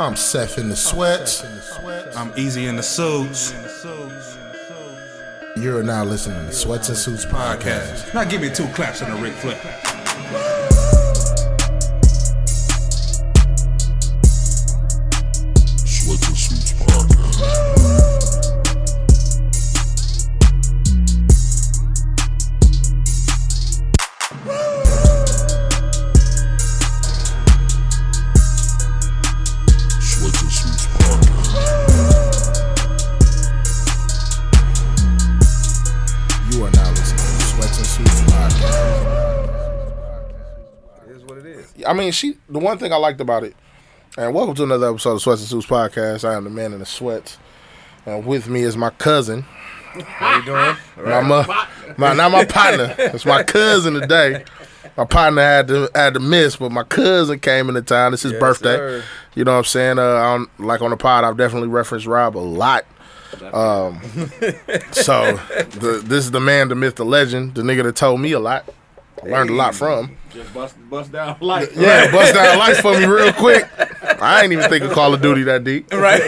I'm Seth in the sweats. I'm easy in the suits. You're now listening to Sweats and Suits podcast. Now give me two claps and a Ric Flair. Sweats and Suits Podcast. Sweats and Suits Podcast. You are now listening to Sweats and Suits podcast. I mean, she. The one thing I liked about it, and welcome to another episode of Sweats and Suits podcast. I am the man in the sweats, and with me is my cousin, How you doing? my, mu- my not my partner. It's my cousin today. My partner had to had to miss, but my cousin came into town. It's his Yes, birthday. sir. You know what I'm saying? Uh, on, like on the pod, I've definitely referenced Rob a lot. Um, so the, this is the man, the myth, the legend, the nigga that told me a lot. I learned a lot from. Just bust, bust down life. Yeah, bust down life for me real quick. I ain't even think of Call of Duty that deep. Right.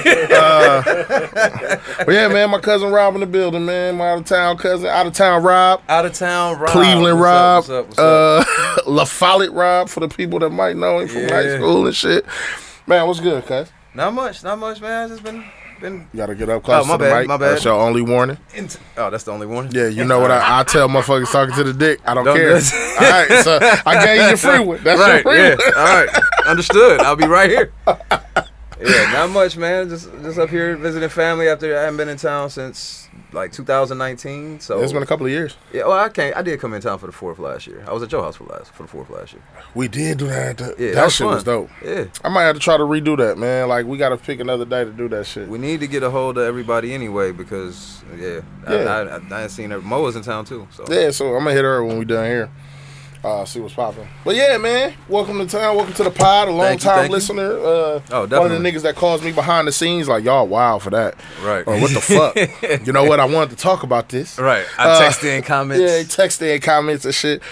But yeah, man, my cousin Rob in the building, man. My out of town cousin, out of town Rob. Out of town, Rob. Cleveland Rob, What's up, what's up, uh, La Follette Rob for the people that might know him from high Yeah. school and shit. Man, what's good, cuz? what's up? Not much. Not much, man. I just been, been. You gotta get up close Oh, my to the bad, mic. my bad. That's your only warning. Into, oh, that's the only one. Yeah, you know what I, I tell motherfuckers talking to the dick. I don't, Don't care. do it. All right, so I gave you your free one. That's your Right. free Yeah. one. All right. Understood. I'll be right here. Yeah. Not much, man. Just, just up here visiting family after I haven't been in town since like 2019. So It's been a couple of years. Yeah. Well, I can't. I did come in town for the fourth last year. I was at your house for last for the fourth last year. We did do that. That, Yeah. that was shit fun. was dope. Yeah. I might have to try to redo that, man. Like, we gotta pick another day to do that shit. We need to get a hold of everybody anyway because yeah, I, Yeah. I, I, I ain't seen her. Mo was in town too. So Yeah, so I'm gonna hit her when we done here. Uh, see what's popping. But yeah, man, welcome to town. Welcome to the pod. A long Thank you, time thank you. listener. Uh, Oh, One of the definitely. niggas that calls me behind the scenes, like y'all wild for that. Right. Or what the fuck? you know what? I wanted to talk about this. Right. I Uh, texted in comments. Yeah, he texted and comments and shit.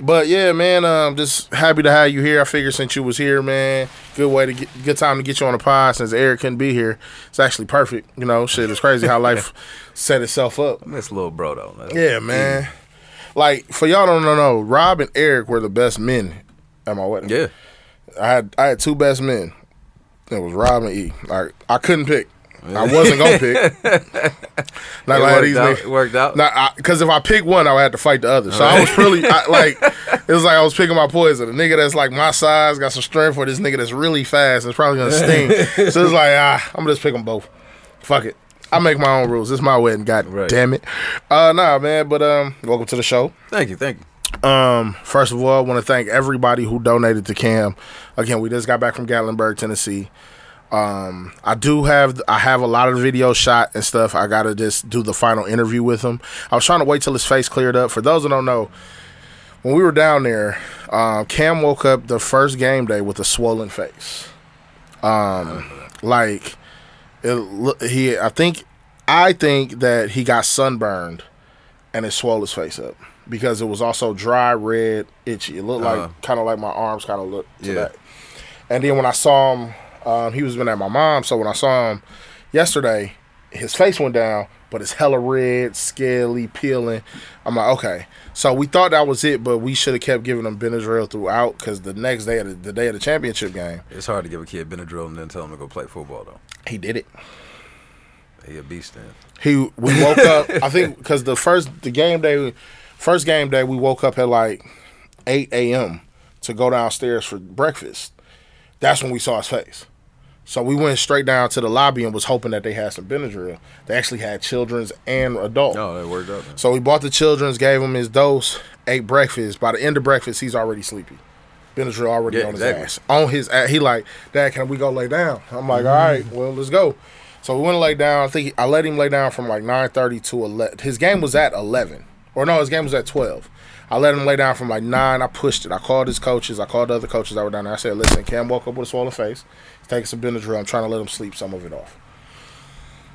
But yeah, man, um, just happy to have you here. I figured since you was here, man, good way to get, good time to get you on the pod since Eric couldn't be here. It's actually perfect. You know, shit, it's crazy how life set itself up. I miss little bro though. That's- Yeah, man. Like for y'all don't know, Rob and Eric were the best men at my wedding. Mm. Yeah. I had I had two best men. It was Rob and E. Like I couldn't pick. I wasn't gonna pick. Not like It worked these out- niggas- it worked out. Nah, because if I pick one, I would have to fight the other. So I was really I, like, it was like I was picking my poison. A nigga that's like my size got some strength, or this nigga that's really fast. It's probably gonna sting. so it's like ah, I'm gonna just pick them both. Fuck it. I make my own rules. It's my wedding. God Right. damn it. Uh, nah, man. But um, welcome to the show. Thank you. Thank you. Um, first of all, I want to thank everybody who donated to Cam. Again, we just got back from Gatlinburg, Tennessee. Um, I do have I have a lot of video shot and stuff. I gotta just do the final interview with him. I was trying to wait till his face cleared up. For those that don't know, when we were down there, um, Cam woke up the first game day with a swollen face. Um, like it, lo- he, I think, I think that he got sunburned and it swelled his face up because it was also dry, red, itchy. It looked Uh-huh. like kind of like my arms kind of looked to Yeah. that. And then when I saw him, um, he was been at my mom. So when I saw him yesterday, his face went down, but it's hella red, scaly, peeling. I'm like, okay. So we thought that was it, but we should have kept giving him Benadryl throughout because the next day, of the, the day of the championship game, It's hard to give a kid Benadryl and then tell him to go play football though. he did it. He a beast then. He we woke up. I think because the first the game day, first game day we woke up at like eight a.m. to go downstairs for breakfast. That's when we saw his face. So we went straight down to the lobby and was hoping that they had some Benadryl. They actually had children's and adult. No, that worked out. Man. So we bought the children's, gave him his dose, ate breakfast. By the end of breakfast, he's already sleepy. Benadryl already Yeah, on his exactly. ass. On his ass. He like, Dad, can we go lay down? I'm like, all right, well, let's go. So we went to lay down. I think I let him lay down from like 9.30 to 11. His game was at 11. Or no, his game was at 12. I let him lay down from like 9. I pushed it. I called his coaches. I called the other coaches that were down there. I said, listen, Cam woke up with a swollen face. He's taking some Benadryl. I'm trying to let him sleep some of it off.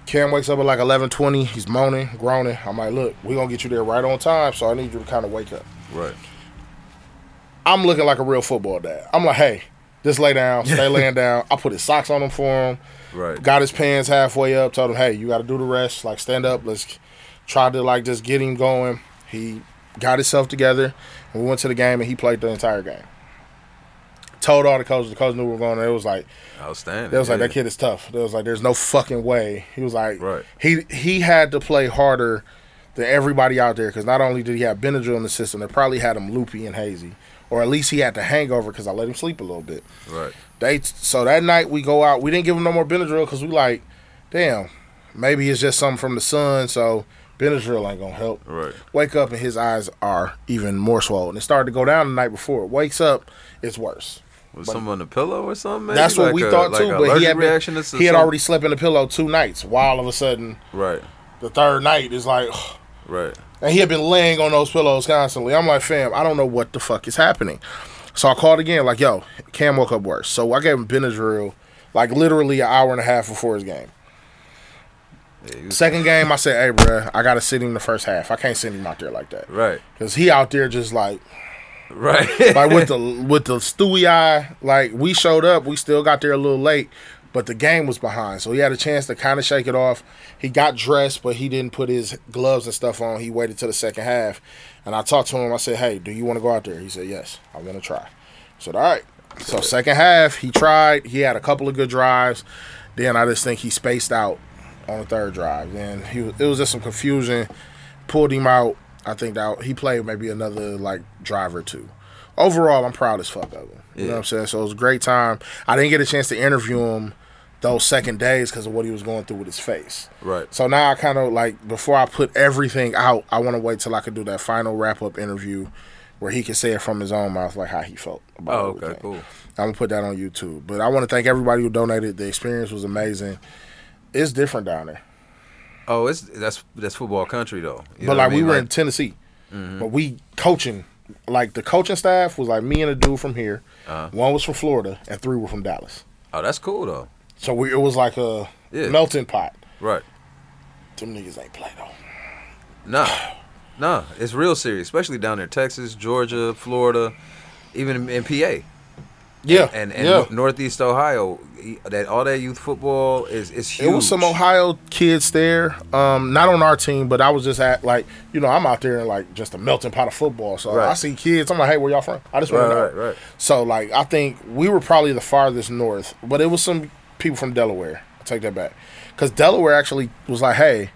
Cam wakes up at like 11.20. He's moaning, groaning. I'm like, look, we're going to get you there right on time, so I need you to kind of wake up. Right. I'm looking like a real football dad. I'm like, hey, just lay down, stay laying down. I put his socks on him for him. Right. Got his pants halfway up. Told him, hey, you got to do the rest. Like, stand up. Let's try to like just get him going. He got himself together. We went to the game and he played the entire game. Told all the coaches. The coaches knew we were going. There it was like Outstanding. they was like yeah. that kid is tough. They was like there's no fucking way. He was like Right. he he had to play harder than everybody out there because not only did he have Benadryl in the system, they probably had him loopy and hazy, or at least he had the hangover because I let him sleep a little bit. Right. They so that night we go out. We didn't give him no more Benadryl because we like, damn, maybe it's just something from the sun. So Benadryl ain't gonna help. Right. Wake up and his eyes are even more swollen. It started to go down the night before. Wakes up, it's worse. Was someone on the pillow or something? maybe? That's what Like we a- thought like too. But a he allergic had been- reaction to he had some- already slept in the pillow two nights. While all of a sudden, Right. the third night is like, Right. and he had been laying on those pillows constantly. I'm like, fam, I don't know what the fuck is happening. So I called again, like, yo, Cam woke up worse. So I gave him Benadryl, like literally an hour and a half before his game. Second game, I said, hey, bruh, I gotta sit him the first half. I can't send him out there like that, Right. Because he out there just like Right. like with the with the Stewie eye, like we showed up, we still got there a little late, but the game was behind, so he had a chance to kind of shake it off. He got dressed, but he didn't put his gloves and stuff on. He waited till the second half, and I talked to him. I said, "Hey, do you want to go out there?" He said, "Yes, I want to try." I said, "All right." So second half, he tried. He had a couple of good drives. Then I just think he spaced out on the third drive. Then he was- it was just some confusion. Pulled him out. I think that he played maybe another like drive or two. Overall, I'm proud as fuck of him. You know what I'm saying? So it was a great time. I didn't get a chance to interview him those second days because of what he was going through with his face. Right. So now I kind of like before I put everything out, I want to wait till I can do that final wrap up interview where he can say it from his own mouth, like how he felt. About Oh, okay, everything. cool. I'm gonna put that on YouTube. But I want to thank everybody who donated. The experience was amazing. It's different down there. Oh, it's that's that's football country though. You know but what I like we mean? Mm-hmm. were in Tennessee, but we coaching. Like the coaching staff was like me and a dude from here. Uh-huh. One was from Florida, and three were from Dallas. Oh, that's cool though. So we, it was like a Yeah. melting pot. Right. Them niggas ain't play though. Nah, nah, it's real serious, especially down there, Texas, Georgia, Florida, even in, in PA Yeah, and, and yeah. nor- Northeast Ohio. e- That all that youth football is is huge. It was some Ohio kids there, um, not on our team, but I was just at like, you know, I'm out there in like just a melting pot of football. So Right. I see kids, I'm like, hey, where y'all from? I just want Right, to know. right, right. So like, I think we were probably the farthest north, but it was some people from Delaware. I take that back, because Delaware actually was like, hey,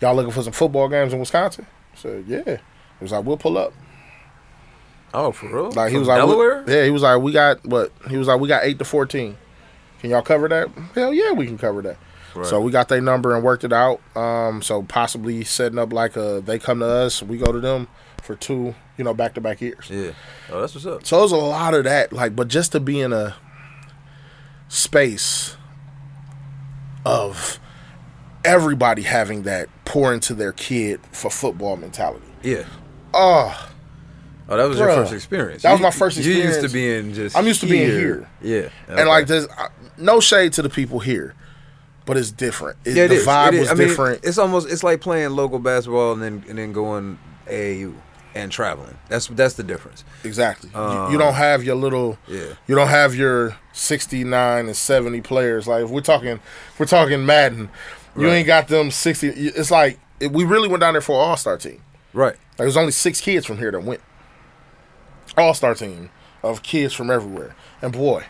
y'all looking for some football games in Wisconsin? I said, yeah. It was like, we'll pull up. Oh, for real? Like he From was like, we- Delaware. yeah, he was like, we got what? He was like, we got eight to fourteen. Can y'all cover that? Hell yeah, we can cover that. Right. So we got their number and worked it out. Um, so possibly setting up like a they come to us, we go to them for two, you know, back to back years. Yeah. Oh, that's what's up. So it was a lot of that, like, but just to be in a space of everybody having that pour into their kid for football mentality. Yeah. Oh, Oh, that was your Bruh. first experience. That was You- my first You used experience. to being just. I'm used to being here. Yeah. and like okay. there's uh, no shade to the people here, but it's different. It, Yeah, it the is. vibe It is. was I mean, different. It's almost it's like playing local basketball and then and then going AAU and traveling. That's that's the difference. exactly. you, you don't have your little. Uh, Yeah. You don't have your 69 and 70 players. Like if we're talking, if we're talking Madden. You Right. ain't got them 60. you- It's like it, we really went down there for an All Star team. Right. Like, there's only six kids from here that went. All Star team of kids from everywhere, and boy,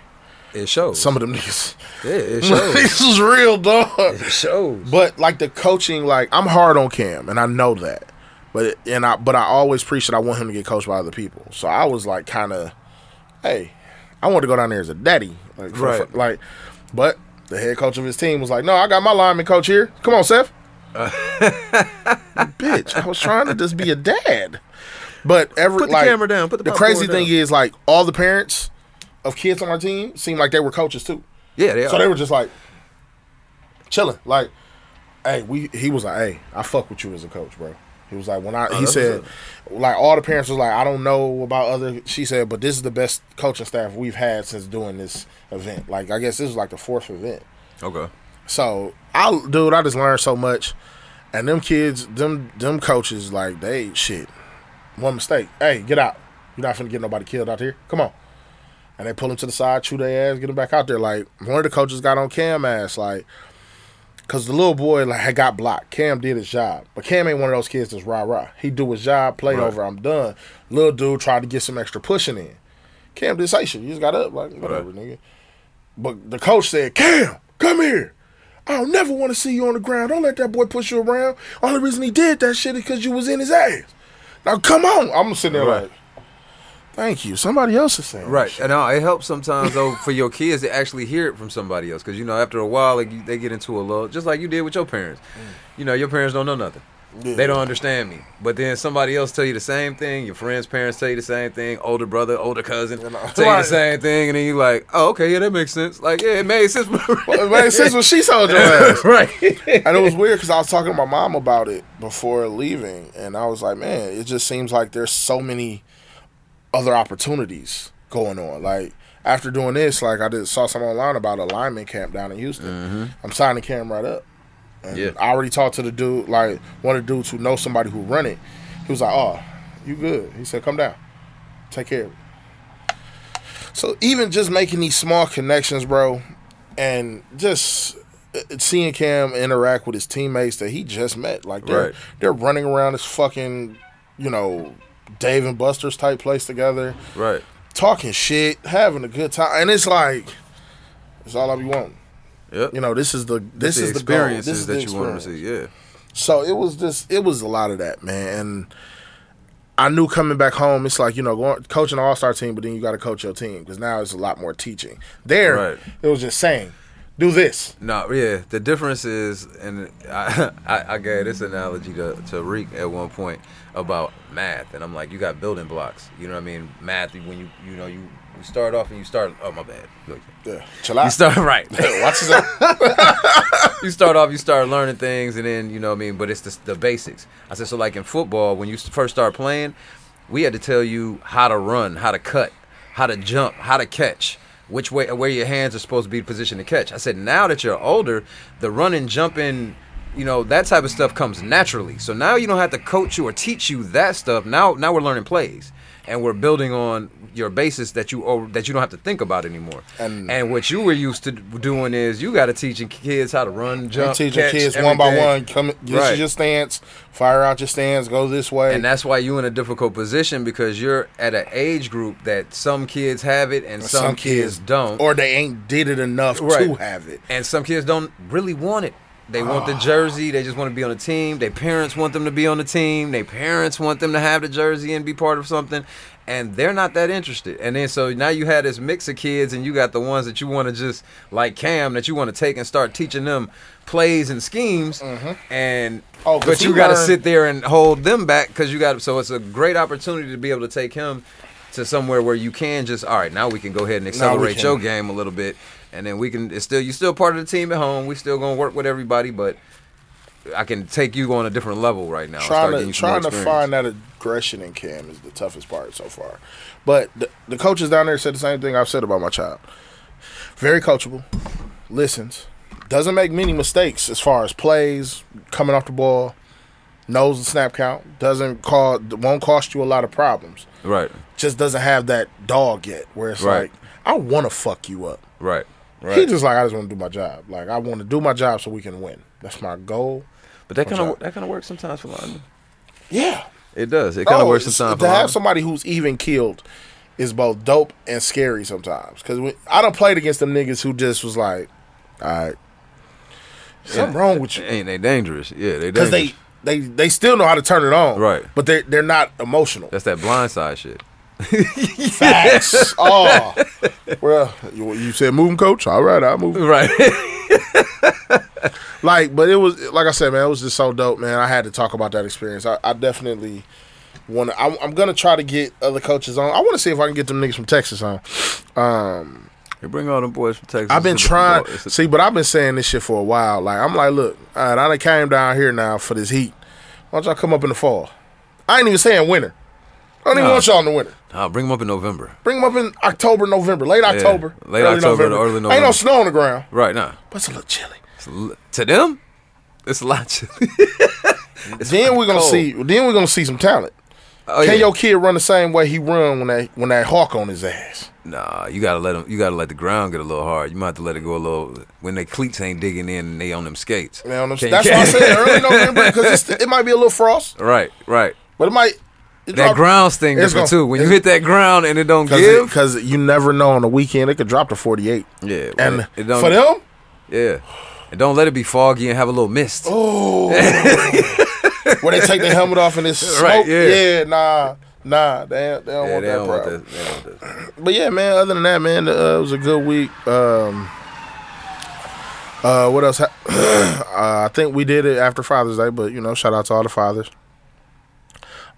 It shows. some of them niggas. yeah, it shows. this is real dog. it shows. But like the coaching, like I'm hard on Cam, and I know that. But and I but I always preach that I want him to get coached by other people. So I was like, kind of, hey, I want to go down there as a daddy, like for- Right. like. But the head coach of his team was like, no, I got my lineman coach here. Come on, Seth. Bitch, I was trying to just be a dad. But every Put the like, camera down. Put the popcorn crazy thing down. is like all the parents of kids on our team seemed like they were coaches too. Yeah, they So are. they were just like chilling. Like, hey, we he was like, hey, I fuck with you as a coach, bro. He was like, when I he Oh, that's said, what's like all the parents was like, I don't know about other. She said, but this is the best coaching staff we've had since doing this event. Like, I guess this is like the fourth event. Okay. So I, dude, I just learned so much, and them kids, them them coaches, like they shit. One mistake, hey, get out. You're not finna get nobody killed out here. Come on. And they pull them to the side, chew their ass, get them back out there. Like one of the coaches got on Cam ass, like, cause the little boy like had got blocked. Cam did his job, but Cam ain't one of those kids that's rah rah. He do his job, play Right. over, I'm done. Little dude tried to get some extra pushing in. Cam did say shit. You just got up, like whatever, Right. nigga. But the coach said, Cam, come here. I don't never want to see you on the ground. Don't let that boy push you around. Only reason he did that shit is because you was in his ass. Now come on. I'm sitting there Right. like, thank you. Somebody else is saying Right, Shit. and uh, it helps sometimes though for your kids to actually hear it from somebody else, because you know after a while like, you- they get into a lull, just like you did with your parents. Mm. You know your parents don't know nothing, they don't understand me. But then somebody else tell you the same thing. Your friends' parents tell you the same thing. Older brother, older cousin You know, tell you the right. same thing, and then you like, oh okay, yeah, that makes sense. Like yeah, it made sense. Well, it made sense when she told your ass. right. and it was weird because I was talking to my mom about it before leaving, and I was like, man, it just seems like there's so many other opportunities going on. Like after doing this, like I did saw something online about a lineman camp down in Houston. I'm signing Cam right up. And Yeah. I already talked to the dude, like one of the dudes who knows somebody who run it. He was like, "Oh, you good?" He said, "Come down, take care of it." So even just making these small connections, bro, and just uh, seeing Cam interact with his teammates that he just met, like they're Right. they're running around this fucking, you know, Dave and Buster's type place together, Right. talking shit, having a good time, and it's like, it's all I be wanting. Yep. You know, this is the this, the is the goal. This experiences is that the you want to experience. see. Yeah. So it was just it was a lot of that, man. And I knew coming back home, it's like you know going, coaching an all star team, but then you got to coach your team because now it's a lot more teaching. There, Right. it was just saying, do this. No, yeah. The difference is, and I, I, I gave this analogy to, to Reek at one point about math, and I'm like, you got building blocks. You know what I mean? Math, when you you know you, you start off and you start. Oh my bad. Look. Yeah, chill out. You start right. Watch yourself. you start off, you start learning things, and then you know what I mean. But it's the, the basics. I said so. Like in football, when you s- first start playing, we had to tell you how to run, how to cut, how to jump, how to catch, which way, where your hands are supposed to be positioned to catch. I said now that you're older, the running, jumping. You know that type of stuff comes naturally. So now you don't have to coach you or teach you that stuff. Now, now we're learning plays, and we're building on your basis that you or that you don't have to think about anymore. And- and what you were used to doing is you got to teaching kids how to run, jump, I'm teaching catch, kids one by everything. one. Come, this Right. is your stance. Fire out your stance. Go this way. And that's why you in a difficult position because you're at an age group that some kids have it and some, kids, don't. or they ain't did it enough to Right. have it. and some kids don't really want it. They want the jersey. They just want to be on the team. Their parents want them to be on the team. Their parents want them to have the jersey and be part of something. And they're not that interested. And then so now you have this mix of kids, and you got the ones that you want to just like Cam that you want to take and start teaching them plays and schemes. And Mm-hmm. Oh, 'cause but he you got to learned- sit there and hold them back because you got. So it's a great opportunity to be able to take him to somewhere where you can just all right. Now we can go ahead and accelerate can. your game game a little bit, and then we can. It's still you still part of the team at home. We still gonna work with everybody, but I can take you on a different level right now. and start trying getting to you some more trying to experience. find that aggression in Cam is the toughest part so far. But the, the coaches down there said the same thing I've said about my child. Very coachable, listens, doesn't make many mistakes as far as plays coming off the ball, knows the snap count, doesn't call, won't cost you a lot of problems. right, Just doesn't have that dog yet, where it's Right. like I want to fuck you up. right, right. He just like I just want to do my job. Like I want to do my job so we can win. That's my goal. but that kind kinda- of that kind of works sometimes for London. Yeah, It does. It kind of Oh, works it's- sometimes for To London. have somebody who's even killed is both dope and scary sometimes. Because I done played against them niggas who just was like, all right, something wrong with you. Ain't they dangerous? Yeah, they Because dangerous. they, they, they still know how to turn it on. Right. But they're, they're not emotional. that's that blind side shit. Facts. oh. Well, you, you said move 'em, coach? All right, I'll move 'em. Right. Like, but it was, like I said, man, it was just so dope, man. I had to talk about that experience. I, I definitely want I'm, I'm gonna try to get other coaches on. I want to see if I can get them niggas from Texas on. Um, You bring all them boys from Texas. I've been It's a- trying. it's a- See, but I've been saying this shit for a while. Like I'm like, look, all right, I done came down here now for this heat. Why don't y'all come up in the fall? I ain't even saying winter. I don't even Nah. want y'all in the winter. Nah, bring them up in November. Bring them up in October, November, late October, late October to early Ain't no November. snow on the ground, Right now. but it's a little chilly. To them, it's a lot. chilly. then we're gonna cold. see. Then we're gonna see some talent. Oh, Can yeah. your kid run the same way he run when that when that hawk on his ass? Nah, you gotta let them. You gotta let the ground get a little hard. You might have to let it go a little when their cleats ain't digging in and they on them skates. You know what I'm Can- saying? That's what I said early November because it might be a little frost, Right, right. but it might. it That drop- ground's thing it's different gonna- too. When you it's- hit that ground and it don't give, Because you never know on the weekend it could drop to forty eight. Yeah, and it- it don't- for them, yeah, and don't let it be foggy and have a little mist. Oh, where they take their helmet off and it's smoke. Right, yeah. yeah. nah, nah, they, don't- they don't yeah, want they that don't want problem. that. They don't want that. But yeah, man. Other than that, man, uh, it was a good week. Um, uh, what else? Ha- uh, I think we did it after Father's Day, but you know, shout out to all the fathers.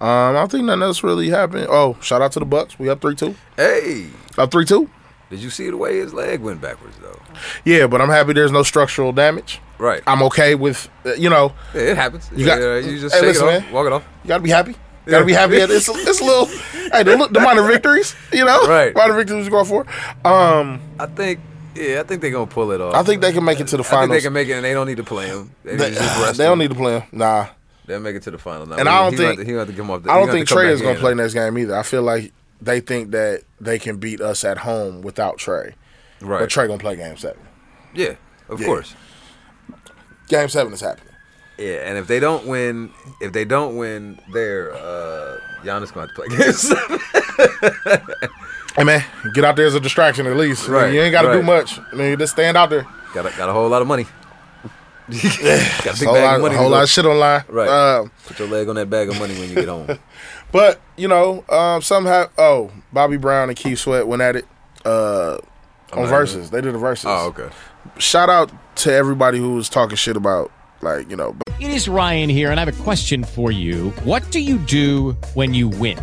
Um, I don't think nothing else really happened. Oh, shout out to the Bucks. We up three two. Hey, Up three two. did you see the way his leg went backwards though? Yeah, but I'm happy there's no structural damage. Right. I'm okay with uh, you know. Yeah, it happens. You You, got- yeah, you just Hey, shake listen, it off, man. walk it off. You gotta be happy. You gotta be Yeah. happy. It's a, it's a little. hey, the, the minor victories. You know, Right. Minor victories you going for. Um, I think. Yeah, I think they're gonna pull it off. I think they can make it to the I think finals. they can make it, and they don't need to play him. They, They, can just rest they don't him. need to play him. Nah, They'll make it to the final. Now, And he- I don't he gonna think- have to- he gonna have to come off. The, I he don't gonna think have to come Trey back is going in. to play next game either. I feel like they think that they can beat us at home without Trey. Right. But Trey going to play game seven. Yeah, of Yeah. course. Game seven is happening. Yeah, and if they don't win, if they don't win, they're uh, Giannis going to play games. Hey man, get out there as a distraction at least. Right, Right, you ain't got to do right. much. I mean, just stand out there. got a, got a whole lot of money. got a big whole bag lot, of money. to whole go. lot of shit online. Right. Um, Put your leg on that bag of money when you get home. But you know, um, somehow, oh, Bobby Brown and Keith Sweat went at it uh, on not verses. They did a verses. oh, okay. Shout out to everybody who was talking shit about like you know It is Ryan here, and I have a question for you. What do you do when you win?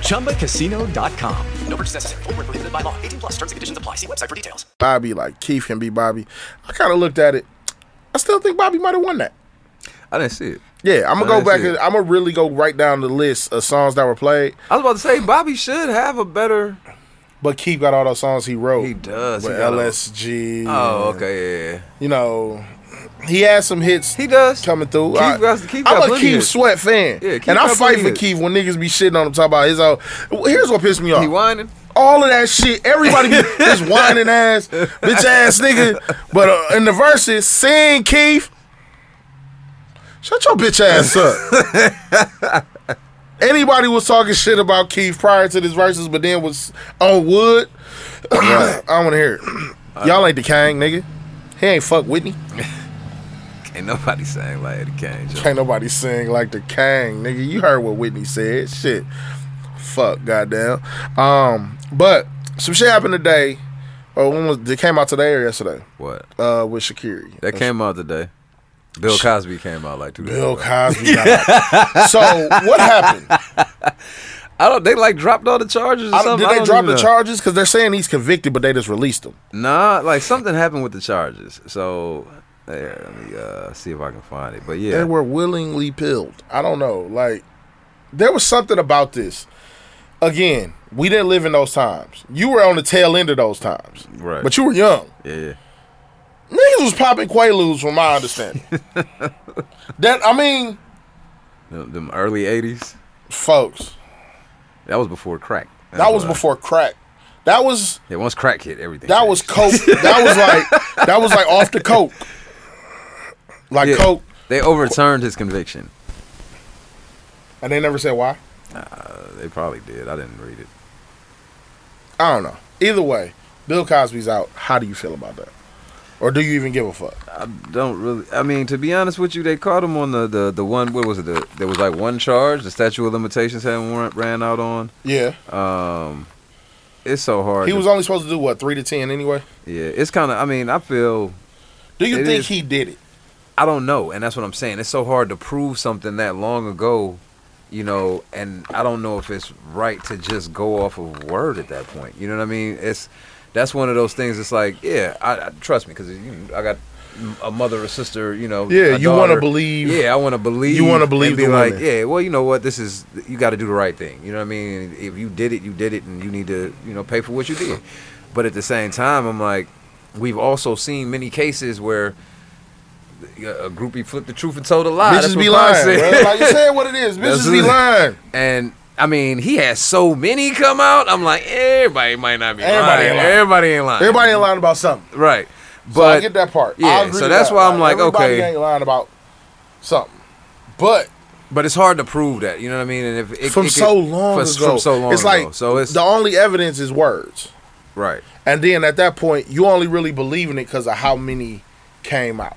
ChumbaCasino.com. No purchase necessary. Void where prohibited by law. 18 plus terms and conditions apply. See website for details. Bobby, like Keith can be Bobby. I kind of looked at it. I still think Bobby might have won that. I didn't see it. Yeah, I'm gonna I go didn't back. see and it. I'm gonna really go right down the list of songs that were played. I was about to say Bobby should have a better. But Keith got all those songs he wrote. He does. He With got a- LSG. Oh, okay. Yeah, yeah. You know, he has some hits. he does coming through. Keith I, got- Keith got I'm a plenty Keith hits. Sweat fan. Yeah, Keith and I got fight plenty for hits. Keith when niggas be shitting on him talking about his own. Here's what pissed me off. He whining. All of that shit. Everybody be this whining ass, bitch ass nigga. But uh, in the verses, sing Keith. Shut your bitch ass up. Anybody was talking shit about Keith prior to this verses, but then was on wood. I don't want to hear Uh, it. Y'all ain't the Kang, nigga. He ain't fuck Whitney. Ain't nobody saying like Eddie Kane. Joe. Can't nobody sing like the Kang, nigga. You heard what Whitney said. Shit. Fuck, goddamn. Um, but some shit happened today. Or when was it came out today or yesterday? What? Uh with Shakiri. That came out today. Bill Cosby came out like two days Bill ago. Cosby. got- so what happened? I don't. They like dropped all the charges or I don't- did something. I they don't drop even the know. charges? Because they're saying he's convicted, but they just released him. Nah, like something happened with the charges. So there, let me uh, see if I can find it. But They yeah, were willingly pilled. I don't know. Like there was something about this. Again, we didn't live in those times. You were on the tail end of those times. Right. But you were young. yeah, yeah. Niggas was popping Quaaludes, from my understanding. that I mean, them, them early '80s folks. That was before crack. that was before crack. That was Yeah, once crack hit, everything. that was coke. that was like that was like off the coke. Like Yeah. coke, They overturned his conviction. and they never said why. Uh, they probably did. I didn't read it. I don't know. Either way, Bill Cosby's out. How do you feel about that? Or do you even give a fuck? I don't really. I mean, to be honest with you, they caught him on the the, the one. What was it? The, there was like one charge. The statute of limitations had warrant ran out on. Yeah. Um, it's so hard. He to- was only supposed to do what three to ten anyway. Yeah, it's kind of. I mean, I feel. Do you it think is- he did it? I don't know, and that's what I'm saying. It's so hard to prove something that long ago, you know. And I don't know if it's right to just go off of word at that point. You know what I mean? It's that's one of those things. It's like, yeah, I, I trust me because I got a mother or sister. You know, Yeah, a you wanna daughter. believe- Yeah, I want to believe. You wanna and believe be the like, woman. yeah. Well, you know what? This is you got to do the right thing. You know what I mean? If you did it, you did it, and you need to, you know, pay for what you did. But at the same time, I'm like, we've also seen many cases where a groupie flipped the truth and told a lie. Ah, That's Bitches be what Von lying. said. bro. Like you said, what it is. That's Bitches be it. lying. And I mean, he has so many come out. I'm like, everybody might not be Everybody lying. ain't lying. Everybody ain't lying. Everybody ain't lying about something. Right. But so I get that part. I Yeah, agree so with that's that. why I'm like, everybody okay. ain't lying about something. But But it's hard to prove that. You know what I mean? And if it, from it could- so long for- ago, from so long it's like ago. so it's the only evidence is words. right. And then at that point, you only really believe in it because of how many came out.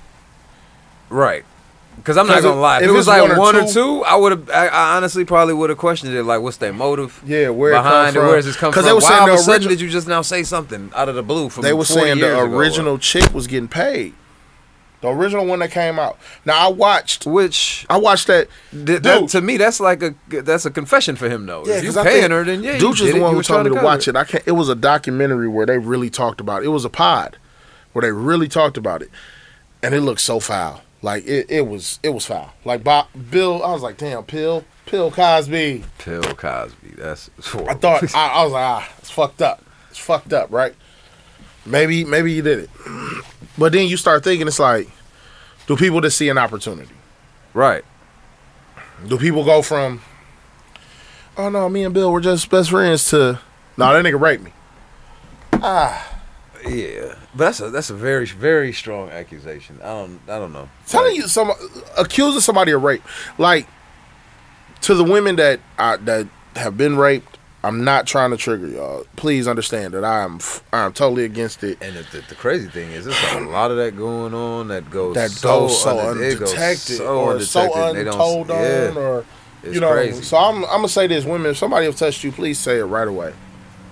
Right. Because I'm not 'Cause gonna if- lie, if, if it was it's like one one or or, two- two, I would have. I, I honestly probably would have questioned it. Like, what's their motive? Yeah, where it come behind from? Where does this come 'Cause from? they were Why saying all the of a sudden origi- did you just now say something out of the blue? From They were 40 saying the years ago? original chick was getting paid. The original one that came out. Now I watched. which I watched that. Th- that- to me, that's like a that's a confession for him though. if you 'cause I paying think her, then yeah, you Dooch did is it, the one you who was told me trying to cover watch it. I can't. It was a documentary where they really talked about it. It was a pod where they really talked about it, and it looked so foul. Like it, it was, it was foul. Like Bob, Bill, I was like, damn, Bill, Bill Cosby. Bill Cosby, that's horrible. I thought I, I was like, ah, it's fucked up. It's fucked up, right? Maybe, maybe you did it, but then you start thinking it's like, do people just see an opportunity? right. Do people go from, oh no, me and Bill were just best friends to, no, that nigga raped me. Yeah, but that's a that's a very very strong accusation. I don't I don't know. telling you some accusing somebody of rape like to the women that I, that have been raped i'm not trying to trigger y'all please understand that i'm f- i'm totally against it And the, the, the crazy thing is, there's a lot of that going on that goes that so, goes so under- it goes undetected so or so undetected, and they don't- untold on yeah. or It's you know crazy. so i'm, I'm gonna say this women if somebody have touched you please say it right away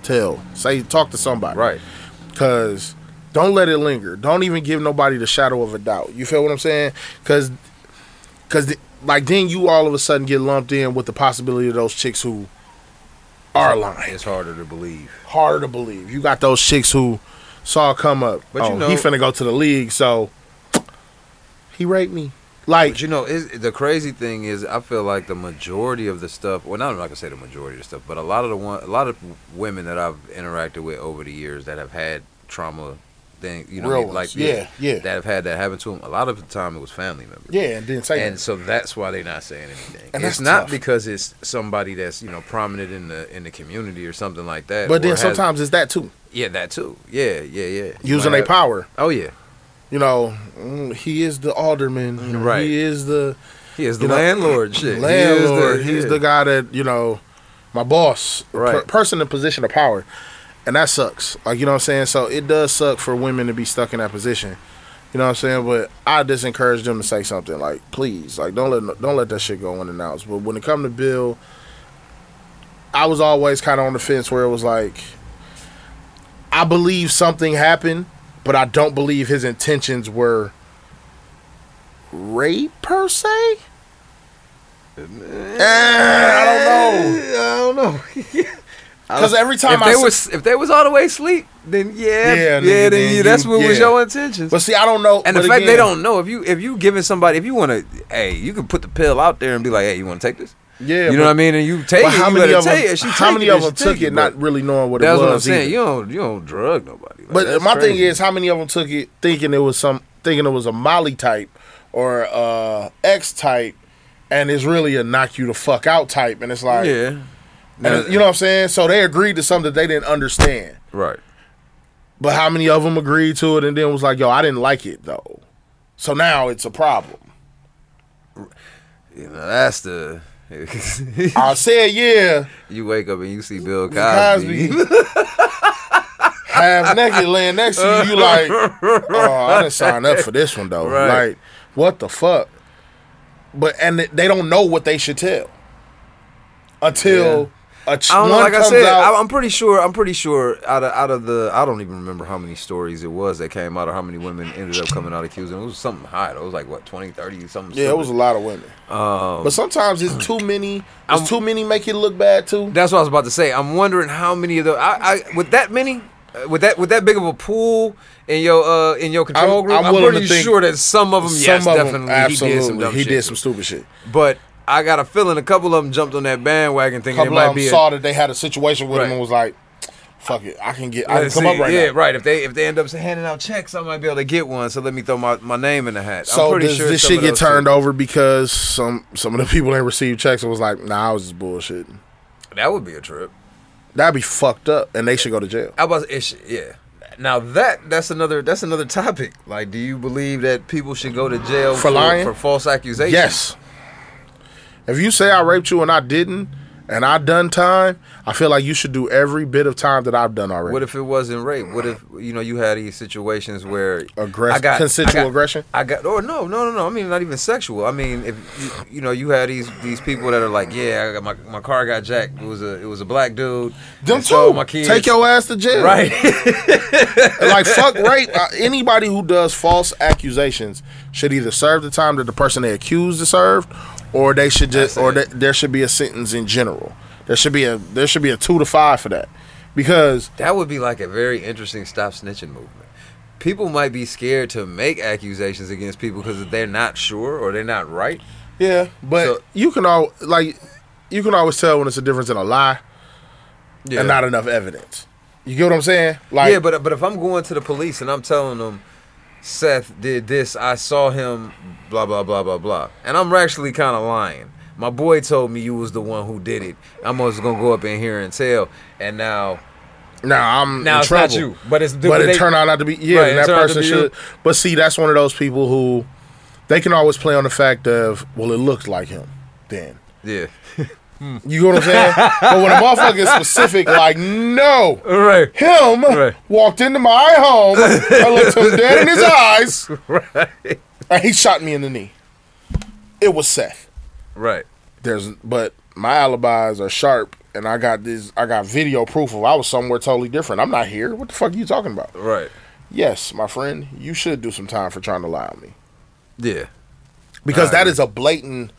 tell say talk to somebody Right. because don't let it linger don't even give nobody the shadow of a doubt you feel what i'm saying because because like then you all of a sudden get lumped in with the possibility of those chicks who are lying It's harder to believe. harder to believe you got those chicks who saw it come up But you oh, know- he finna go to the league so he raped me like But you know, it's, the crazy thing is, I feel like the majority of the stuff. Well, not I'm not gonna say the majority of the stuff, but a lot of the one, a lot of women that I've interacted with over the years that have had trauma thing, you know, Real like ones. Yeah, yeah. that have had that happen to them. A lot of the time, it was family members. yeah and didn't say and that. so that's why they're not saying anything. And it's that's not tough. because it's somebody that's you know prominent in the in the community or something like that. but or then has- sometimes it's that too yeah, that too. Yeah, yeah, yeah. using Like, their power Oh yeah, you know mm, he is the alderman Right. he is the he is the You know, landlord. shit, landlord. he's yeah. the guy that you know, my boss, Right. per- person in position of power, and that sucks. Like you know what I'm saying. So it does suck for women to be stuck in that position. You know what I'm saying. But I just encourage them to say something. Like please, like don't let don't let that shit go unannounced. But when it come to Bill, I was always kind of on the fence where it was like, I believe something happened, but I don't believe his intentions were. Rape per se? Eh, I don't know. I don't know. Because every time if I they s- was if they was all the way asleep, then Yeah, yeah, yeah, nigga, then, then you, you- that's what was yeah. your intentions. but see, I don't know. and the but fact they again, don't know if you if you giving somebody if you want to, hey, you can put the pill out there and be like, hey, you want to take this? Yeah, you know but- what I mean. And you take but it, how you many better of 'em- take it. She how take many it, of she 'em take took it, it not but- really knowing what it That's what I'm was saying. either? You don't you don't drug nobody. Like, But that's my thing crazy. is, how many of them took it thinking it was some thinking it was a Molly type or uh X type, and it's really a knock you the fuck out type, and it's like, yeah, and, you know what I'm saying? So they agreed to something that they didn't understand. right. But how many of them agreed to it and then was like, "Yo, I didn't like it though," so now it's a problem. You know, that's the. I said, "Yeah, you wake up and you see Bill Cosby. Cosby." Half naked laying next to you, you like, oh, I didn't sign up for this one though. Right. Like, what the fuck? But and th- they don't know what they should tell until a ch- I don't one know, like I comes said, out. I, I'm pretty sure. I'm pretty sure out of out of the, I don't even remember how many stories it was that came out, or how many women ended up coming out accusing. It was something high. though. It was like what 20, 30, something. yeah, it was a stupid. lot of women, Um, but sometimes it's too many. It's too many make it look bad too. That's what I was about to say. I'm wondering how many of the I, I with that many, uh, with that with that big of a pool in your uh in your control I'm- group, I'm I'm, willing pretty to think sure that some of them, yes, of 'em, definitely he did some dumb he shit. did some stupid shit. but I got a feeling a couple of them jumped on that bandwagon A thinking couple it might of them be a- saw that they had a situation with Right. him and was like, "Fuck it, I can get, Yeah, I can come see, up right yeah, now." right. If they if they end up handing out checks, I might be able to get one. So let me throw my, my name in the hat. I'm So pretty does sure this some shit of get those turned over because some some of the people that received checks and was like, "Nah, I was just bullshitting." That would be a trip. That'd be fucked up, and they should go to jail. I was it sh yeah. Now that that's another that's another topic. Like, do you believe that people should go to jail For lying? for false accusations? Yes. If you say I raped you and I didn't, and I done time, I feel like you should do every bit of time that I've done already. What if it wasn't rape? What if you know you had these situations where Aggress- consensual aggression? I got or no, no, no, no. I mean, not even sexual. I mean, if you, you know you had these these people that are like, yeah, I got my, my car got jacked. It was a it was a black dude. Them and stole too. My kids. Take your ass to jail. right. like fuck rape. Uh, anybody who does false accusations should either serve the time that the person they accused to served, or they should just, or th- there should be a sentence in general. There should be a there should be a two to five for that, because That would be like a very interesting stop snitching movement. People might be scared to make accusations against people because they're not sure or they're not right. yeah, but So- you can all like you can always tell when it's a difference in a lie Yeah. and not enough evidence. You get what I'm saying? Like yeah, but but if I'm going to the police and I'm telling them Seth did this, I saw him, blah blah blah blah blah, and I'm actually kind of lying. My boy told me you was the one who did it. I'm just gonna go up in here and tell, and now Now I'm Now in it's trouble. not you, but it's- but it they- turned out not to be yeah. Right, and it that turned out to person be should. But see, that's one of those people who they can always play on the fact of well, it looked like him. Then yeah, you know what I'm saying. but when a motherfucker is specific, like no, all right, him Right. walked into my home, I looked him dead in his eyes, and he shot me in the knee. It was Seth. right, There's but my alibis are sharp. And I got this. I got video proof of I was somewhere totally different. I'm not here. What the fuck are you talking about? right, Yes, my friend, you should do some time for trying to lie on me yeah, because that is a blatant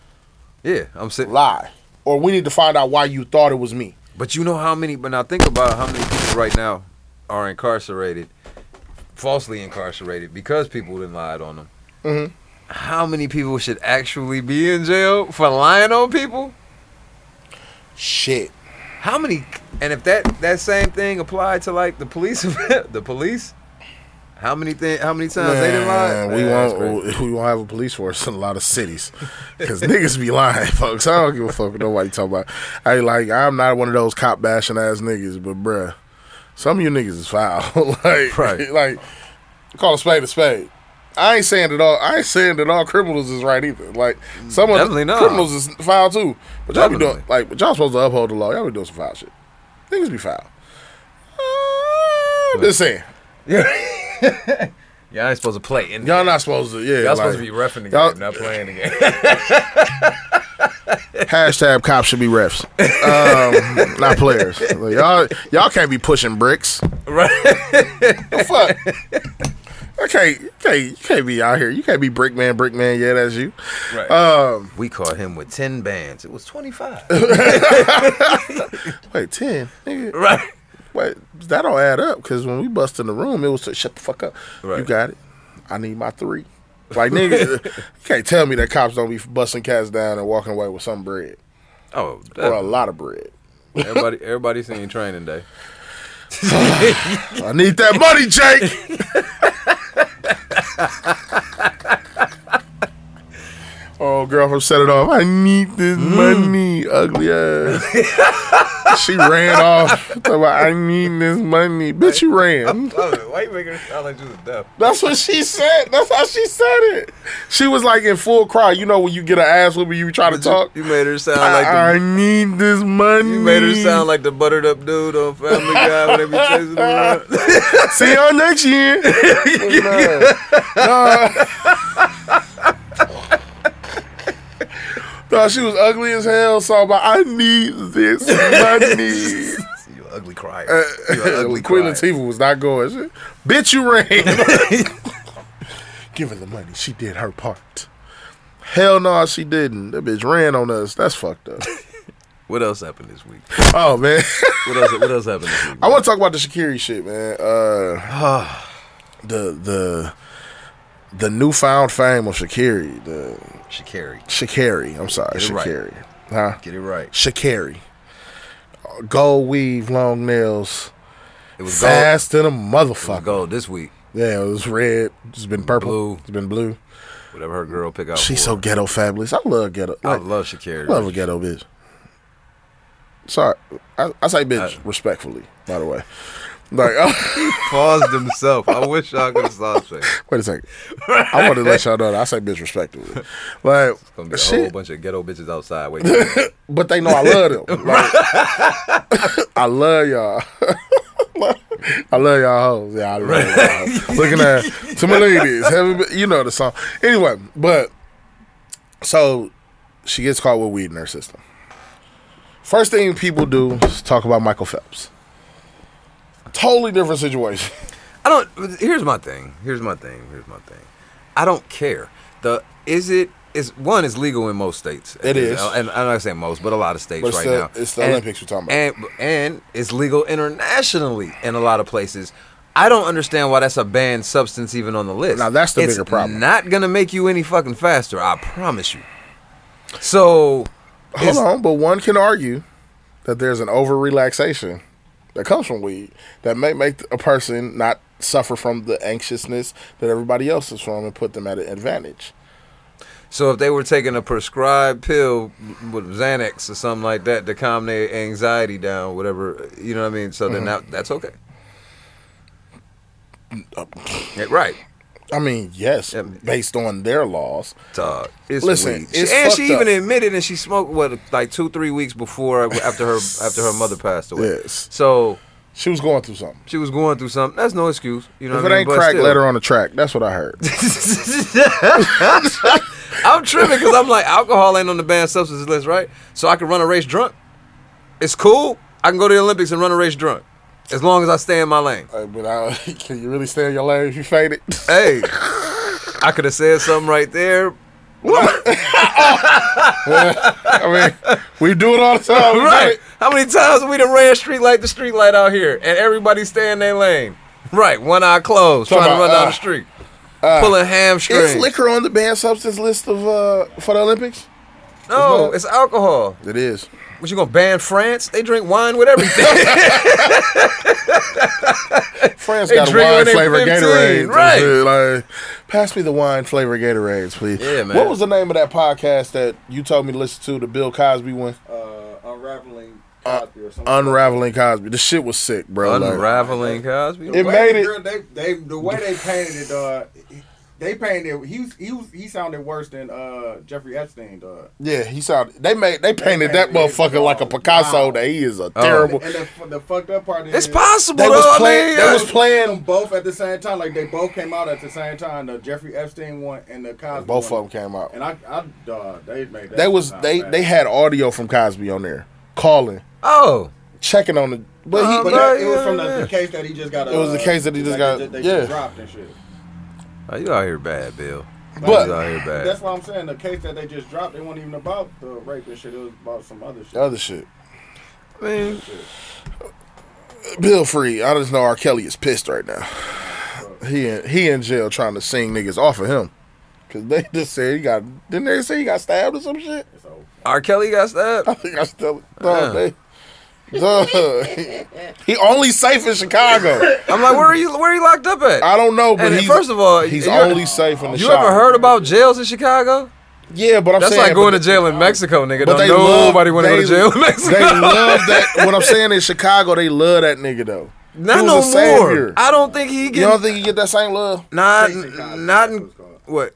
yeah. I'm sitting. lie. Or we need to find out why you thought it was me. But you know how many? But now think about how many people right now are incarcerated, falsely incarcerated because people didn't lied on them. Mm-hmm. How many people should actually be in jail for lying on people? Shit. How many? And if that that same thing applied to like the police, the police, how many thing? How many times they didn't lie? Man, we Man, that's crazy. won't. We won't have a police force in a lot of cities because niggas be lying, folks. I don't give a fuck what nobody talking about. I like. I'm not one of those cop bashing ass niggas, but bruh, some of you niggas is foul. like, Right. like, call a spade a spade. I ain't saying that all. I ain't saying that all criminals is right either. Like some of Definitely the not. criminals is foul too. But y'all be doing Definitely. like. But y'all supposed to uphold the law. Y'all be doing some foul shit. Niggas be foul. Uh, Just saying. Y'all ain't supposed to play. In Y'all not supposed to. Yeah, y'all supposed to like- be refing the y'all- game, not playing the game. Hashtag cops should be refs, um, not players. Like, y'all, y'all can't be pushing bricks. right? The fuck. I can't, you can't, you can't be out here. You can't be brick man, brick man. Yeah, that's you. Right. Um, we caught him with ten bands. It was twenty five. wait, ten. Nigga, right. wait, that don't add up because when we bust in the room, it was to shut the fuck up. You Right. got it. I need my three. Like nigga, you can't tell me that cops don't be busting cats down and walking away with some bread. Oh, or a lot of bread. everybody, everybody seen Training Day. I need that money, Jake. oh, girl from Set It Off. I need this money, ugly ass. she ran off. Talking about, I need this money. Bitch, you ran. Why you making it sound like you was deaf? That's what she said. That's how she said it. She was like in full cry. You know when you get an ass whooping, you try to talk. You made her sound like I, I the, need this money. you made her sound like the buttered up dude on Family Guy when they be chasing around. See y'all next year. no. No. No, she was ugly as hell. So I'm like, I need this money. You an ugly crier. You an ugly Queen crier. Latifah was not going. She- Bitch, you ran. Give her the money. She did her part. Hell no, she didn't. That bitch ran on us. That's fucked up. What else happened this week? oh man. What else? What else happened this week? I want to talk about the Shakiri shit, man. Uh, the the the newfound fame of Shakiri, the Shakari. Shakiri. I'm sorry, Get it right. Shakiri, huh? Get it right. Shakiri, Uh, gold weave, long nails, It was gold. fast than a It was motherfucker. gold this week. yeah, it was red. It's been purple. Blue. It's been blue. Whatever her girl pick out. She's for so her. ghetto fabulous. I love ghetto. I like, love Shakira. I love a ghetto bitch. Sorry, I, I say bitch I- respectfully. By the way, like. Paused himself. I wish y'all could have saw his face. Wait a second. I want to let y'all know that I say bitch respectfully. Like, Gonna be a whole shit, bunch of ghetto bitches outside. Wait, but they know I love them. Like, I love y'all. I love y'all hoes. Yeah, I love y'all. hoes. Looking at to my ladies, Have a- you know the song. Anyway, but so she gets caught with weed in her system. First thing people do is talk about Michael Phelps. Totally different situation. I don't. Here's my thing. Here's my thing. Here's my thing. I don't care. The is it is one is legal in most states. It is. and I'm not saying most, but a lot of states But it's right the- now. it's the And- Olympics we're talking about. and and it's legal internationally in a lot of places. I don't understand why that's a banned substance even on the list. Now, that's the It's bigger problem. Not gonna make you any fucking faster. I promise you. So Hold on, but one can argue that there's an over relaxation that comes from weed that may make a person not suffer from the anxiousness that everybody else is from and put them at an advantage. So if they were taking a prescribed pill with Xanax or something like that to calm their anxiety down, whatever, you know what I mean? So Mm-hmm. then that, that's okay. Yeah, right. I mean, yes, Yeah. based on their laws. Dog, it's Listen, weed. it's and she fucked even up. admitted and she smoked what like two, three weeks before uh, after her after her mother passed away. Yes. So She was going through something. she was going through something. That's no excuse. You know If what it I mean? ain't But crack, still. let her on the track. That's what I heard. I'm tripping because I'm like, alcohol ain't on the banned substances list, right? So I can run a race drunk. It's cool. I can go to the Olympics and run a race drunk, as long as I stay in my lane. Uh, but I, can you really stay in your lane if you faded? Hey, I could have said something right there. I mean, we do it all the time. We do Right? it. How many times we done ran street light to street light out here, and everybody stay in their lane? Right, one eye closed, trying to Talking run about, down uh, the street, pulling hamstrings. Is liquor on the banned substance list of uh, for the Olympics? no, not. it's alcohol. It is. What you gonna ban France? They drink wine with everything. France They got drink when wine they flavored 15, Gatorade. right. Like, pass me the wine flavored Gatorades, please. Yeah, man. What was the name of that podcast that you told me to listen to, the Bill Cosby one? Uh, unraveling Uh, Cosby or something. Unraveling Cosby. The shit was sick, bro. Like, Unraveling Cosby. It The way made the it- girl- they, they, the way they painted it, dog. They painted. He was, he was, he sounded worse than uh, Jeffrey Epstein, uh. dog. yeah, he sounded. They made. They painted that painted it, motherfucker dog. like a Picasso. Wow. That he is a Oh. terrible. And the, the fucked up part is It's possible. They was though, I playing. mean, They uh, was them playing. both at the same time. Like they both came out at the same time. The Jeffrey Epstein one and the Cosby. Both one. of them came out. And I, I, dog, they made that. They was. sound They bad. they had audio from Cosby on there, calling, Oh, checking on the. But he. But Uh, that, it was yeah, from the, yeah. the case that he just got. uh, It was the case that he just got- They yeah. just dropped and shit. Oh, you out here bad, Bill. But- you out here bad. That's why I'm saying the case that they just dropped. It wasn't even about the rape and shit. It was about some other shit. Other shit. I mean, Bill Free, I just know R. Kelly is pissed right now. He in, he in jail trying to sing niggas off of him. Cause they just said he got didn't they say he got stabbed or some shit? So R. Kelly got stabbed. I think I stabbed. Duh, man. Duh. he only safe in Chicago. I'm like, where are you? Where are you locked up at? I don't know, but And he's- first of all, he's you- only safe in the You shop. ever heard about jails in Chicago? Yeah, but I'm That's saying like going but to jail in Mexico, nigga. But Don't nobody want to go to they- jail in Mexico. They love that. What I'm saying is Chicago, they love that nigga though. Not He no was a more. savior. I don't think he You get. don't think he get that same love? Not, not in, what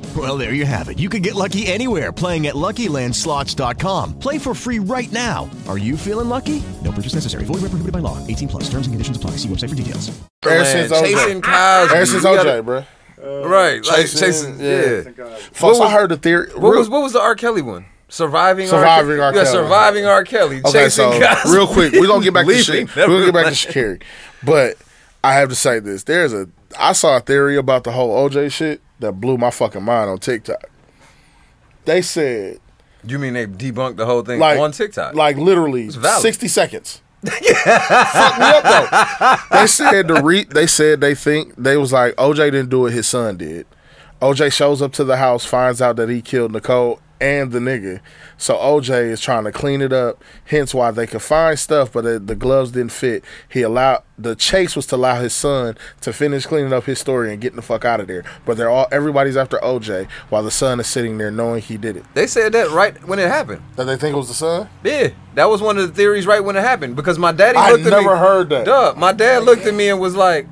Well, there you have it. You can get lucky anywhere playing at LuckyLandSlots.com. Play for free right now. Are you feeling lucky? No purchase necessary. Void where prohibited by law. 18 plus. Terms and conditions apply. See website for details. Ever since OJ, Chasing Cosby. Ever since You gotta- OJ, bro. Right, like chasing. Yeah. Folks, I What heard the theory. What real- was what was the R. Kelly one? Surviving. Surviving R. Yeah, Kelly. surviving R. Kelly. Okay, chasing so Cosby. real quick, we're gonna get back to Leaving shit. We're gonna get back to Neverland. Shakira. But I have to say this. There's a I saw a theory about the whole OJ shit that blew my fucking mind on TikTok. They said You mean they debunked the whole thing like on TikTok? Like literally It's valid. sixty seconds. Fuck me up though. They said the re- they said they think they was like OJ didn't do it, his son did. OJ shows up to the house, finds out that he killed Nicole and the nigga. So OJ is trying to clean it up. Hence why they could find stuff, but the, the gloves didn't fit. He allowed the chase was to allow his son to finish cleaning up his story and getting the fuck out of there. But they're all everybody's after OJ while the son is sitting there knowing he did it. They said that right when it happened. That they think it was the son? Yeah, that was one of the theories right when it happened because my daddy I looked at me. never heard that. Duh, my dad looked at me and was like,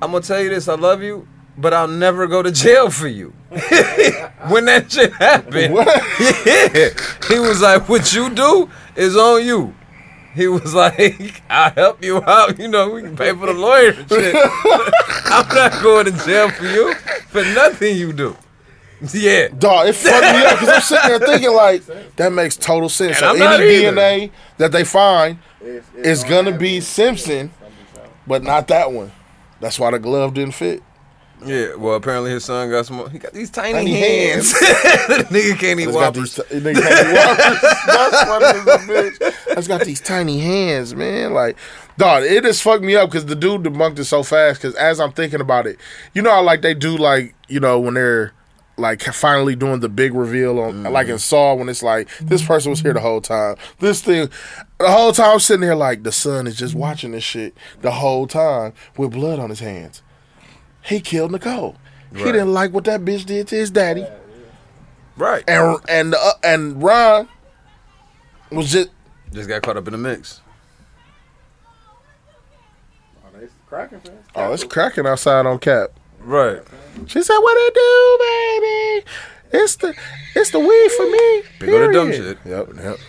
"I'm gonna tell you this. I love you, but I'll never go to jail for you." when that shit happened, yeah, he was like, "What you do is on you." He was like, "I'll help you out. You know, we can pay for the lawyer and shit. I'm not going to jail for you for nothing you do." Yeah, Dog, it fucked me up because I'm sitting there thinking like that makes total sense. And so I'm not any either. DNA that they find is gonna be Simpson, but not that one. That's why the glove didn't fit. Yeah, well, apparently his son got some. He got these tiny, Tiny hands. nigga can't eat It's got these whoppers. t- nigga can't eat whoppers. That's funny as a bitch. That's got these tiny hands, man. Like, dog, it just fucked me up because the dude debunked it so fast. Because as I'm thinking about it, you know how like they do like you know when they're like finally doing the big reveal on like in Saw when it's like this person was here the whole time. This thing, the whole time I'm sitting there like the son is just watching this shit the whole time with blood on his hands. He killed Nicole. He Right. didn't like what that bitch did to his daddy Right. and and uh, and Ron was just Just got caught up in the mix. Cracking fast. oh, it's cracking outside on Cap. Right. She said, "What it do, baby? It's the it's the weed for me." They go to dumb period." shit. Yep.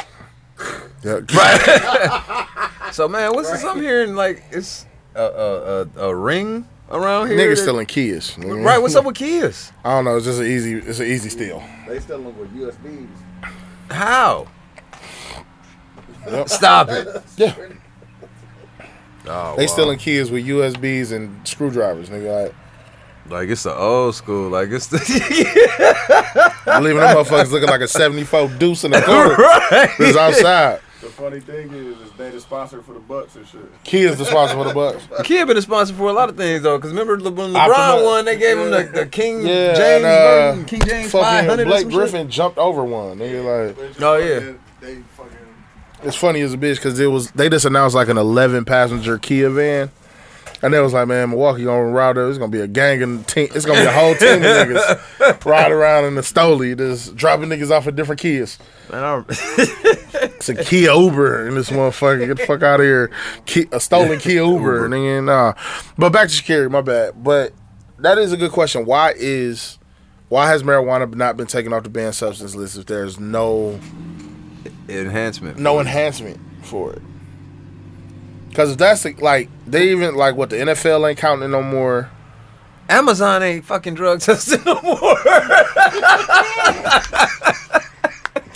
Yep. Yep. So man, what's this? I'm hearing like it's a a, a, a ring around here. Niggas that- stealing keys. nigga. Right. What's up with kids? I don't know. It's just an easy. It's an easy steal. They still them with USBs. How? Yep. Stop it. Yeah. Oh, They wow. stealing keys with USBs and screwdrivers, nigga. Like it's the old school. Like it's the Like, leaving them motherfuckers looking like a seventy-four deuce in the corner. Right. It's outside. The funny thing is, is they the sponsor for the Bucks and shit. Key is the sponsor for the Bucks. the kid been a sponsor for a lot of things though. Because remember Le- when Optima- LeBron won, they gave him the, the King Yeah, James and, uh, version, King James five fucking hundred. Blake Griffin jumped over one. Nigga, like Oh yeah. They fucking it's funny as a bitch because it was they just announced like an eleven passenger Kia van, And they was like, man, Milwaukee gonna ride there. It's gonna be a gang and team. It's gonna be a whole team of niggas ride around in the Stoli, just dropping niggas off at different Kias. it's a Kia Uber in this motherfucker. Get the fuck out of here. Ki- a stolen Kia Uber, nigga. Nah. But back to Shakira, my bad. But that is a good question. Why is why has marijuana not been taken off the banned substance list if there's no enhancement? No enhancement for it. Because if that's the, like they even like what the NFL ain't counting it no more. Amazon ain't fucking drug testing no more.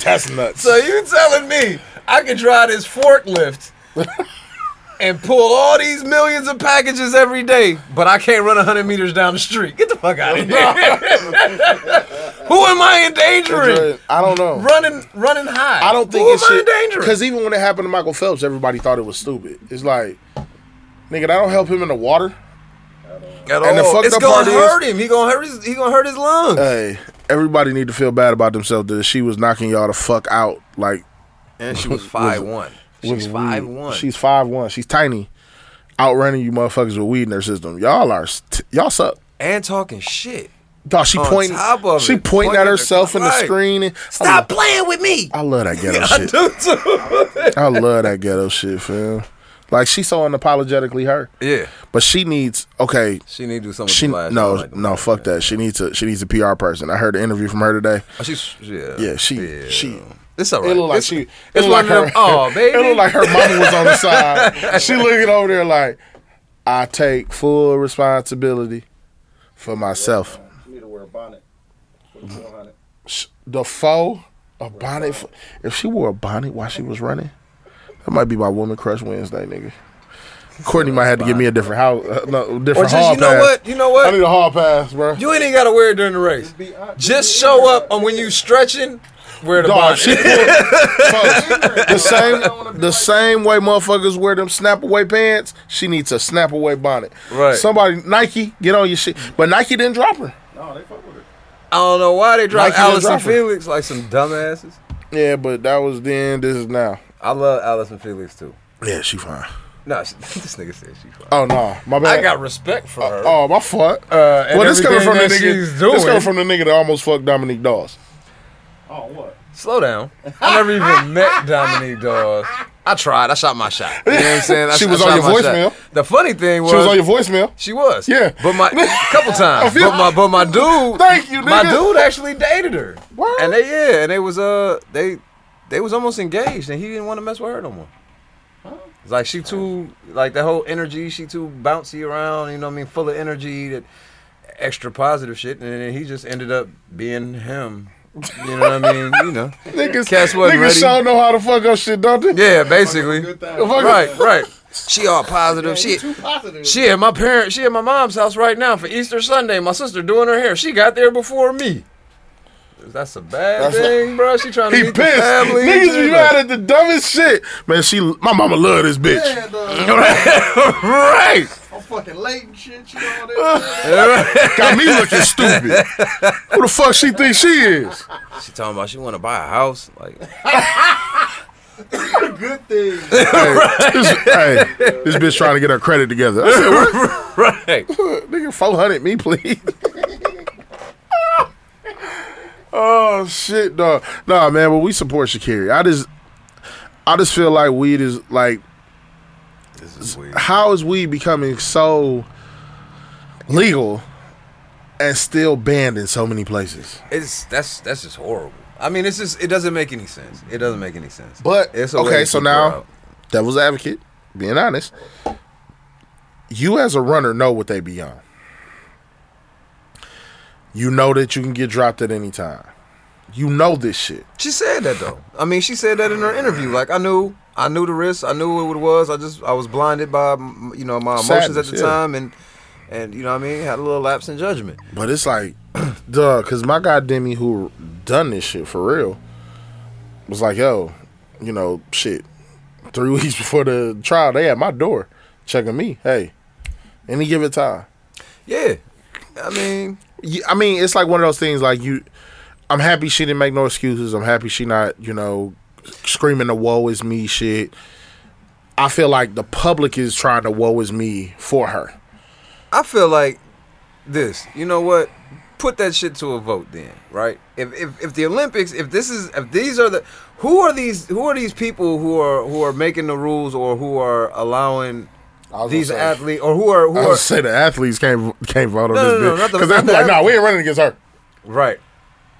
That's nuts. So you telling me I can drive this forklift and pull all these millions of packages every day, but I can't run hundred meters down the street? Get the fuck out of here! Who am I endangering? I don't know. Running, running high. I don't think Who it's am I shit. endangering? Because even when it happened to Michael Phelps, everybody thought it was stupid. It's like, nigga, that don't help him in the water. At And the all. fucked it's up gonna part is- Uh, hurt him. He gonna hurt his. He gonna hurt his lungs. Hey, everybody need to feel bad about themselves that she was knocking y'all the fuck out. Like, And she was 5'1". She's 5'1". She's five one. She's tiny, outrunning you motherfuckers with weed in their system. Y'all are st- y'all suck. and talking shit. Dog, Uh, she On pointing. top of she it, pointing, pointing at the- herself in the right. screen. And, Stop playing with me. I love that ghetto I shit. do too. I love that ghetto shit, fam. Like she's so unapologetically her. Yeah. But she needs okay. She need to do something. She with the last no one, like- no fuck that. She needs a she needs a PR person. I heard an interview from her today. Oh, she's yeah. Yeah, she she. It's all right. It looked like It's- she. It it's looked like one of her. them, "Aw, Oh, baby." It looked like her mama was on the side. she looking over there like, I take full responsibility for myself. You need to wear a bonnet. For the 400. Sh- The foe, a bonnet. fo- If she wore a bonnet while she was running, that might be my woman crush Wednesday, nigga. Courtney might have to give me a different house, uh, no, Or different just hall you know pass. what? You know what? I need a hall pass, bro. You ain't even gotta wear it during the race. Just show up on when you stretching. Wear the Dog, bonnet. she the same the same way motherfuckers wear them snap away pants, she needs a snap away bonnet. Right. Somebody Nike, get on your shit. But Nike didn't drop her. I don't know why they Nike dropped didn't Allison drop her. Felix like some dumbasses. Yeah, but that was then, this is now. I love Allison Felix too. Yeah, she fine. No, she, this nigga said she fine. Oh no, my bad. I got respect for her. Oh, my fault. Uh, and well, this coming everything from the that nigga. she's doing. This coming from the nigga that almost fucked Dominique Dawes. Oh, what? Slow down. I never even met Dominique Dawes. I tried. I shot my shot. You know what I'm saying? I, She I was shot on your my shot. voicemail. The funny thing was She was on your voicemail. She was. Yeah. But my a couple A times. few- But my but my dude Thank you, My nigga. dude actually dated her. And they yeah, and they was uh they they was almost engaged and he didn't want to mess with her no more. It's like she too like that whole energy, she too bouncy around, you know what I mean, full of energy that extra positive shit and then he just ended up being him. You know what I mean? You know. Niggas, Cats wasn't niggas ready. sure know how to fuck up shit, don't they? Yeah, basically. Fuck Right, right. She all positive. She Too positive. she at my parents. She at my mom's house right now for Easter Sunday. My sister doing her hair. She got there before me. That's a bad That's thing, bro. She trying to He meet pissed. the family. Niggas be mad at the dumbest shit. Man, she, my mama love this bitch. Yeah, dog. right. I'm fucking late and shit. You know all that. Got me looking stupid. Who the fuck she think she is? She talking about she want to buy a house. Like Good thing. Hey, this, hey, this bitch trying to get her credit together. I said, what? right. Nigga, 400 me, please. oh, shit, dog. Nah, man, but we support Shakira. I just, I just feel like weed is like, This is weird. how is weed becoming so legal and still banned in so many places? It's that's that's just horrible. I mean, it's just it doesn't make any sense. It doesn't make any sense. But It's a way okay, to so keep her now out. devil's advocate, being honest, you as a runner know what they be on. You know that you can get dropped at any time. You know this shit. She said that though. I mean, she said that in her interview. Like I knew, I knew the risk. I knew what it was. I just, I was blinded by, m- you know, my emotions at Sadness, the yeah. time, and and you know, what I mean, had a little lapse in judgment. But it's like, duh, because my guy Demi, who done this shit for real, was like, yo, you know, shit. Three weeks before the trial, they at my door checking me. Hey, any given time. Yeah, I mean, you- I mean, it's like one of those things. Like you, I'm happy she didn't make no excuses. I'm happy she not, you know, screaming the "woe is me" shit. I feel like the public is trying to woe is me for her. I feel like this. You know what? Put that shit to a vote then, right? If, if if the Olympics, if this is if these are the who are these who are these people who are who are making the rules or who are allowing these say- athletes or who are who I are would say the athletes can't can't vote on No, this no, no, bitch not the- because they're not the like, no, we ain't running against her. Right.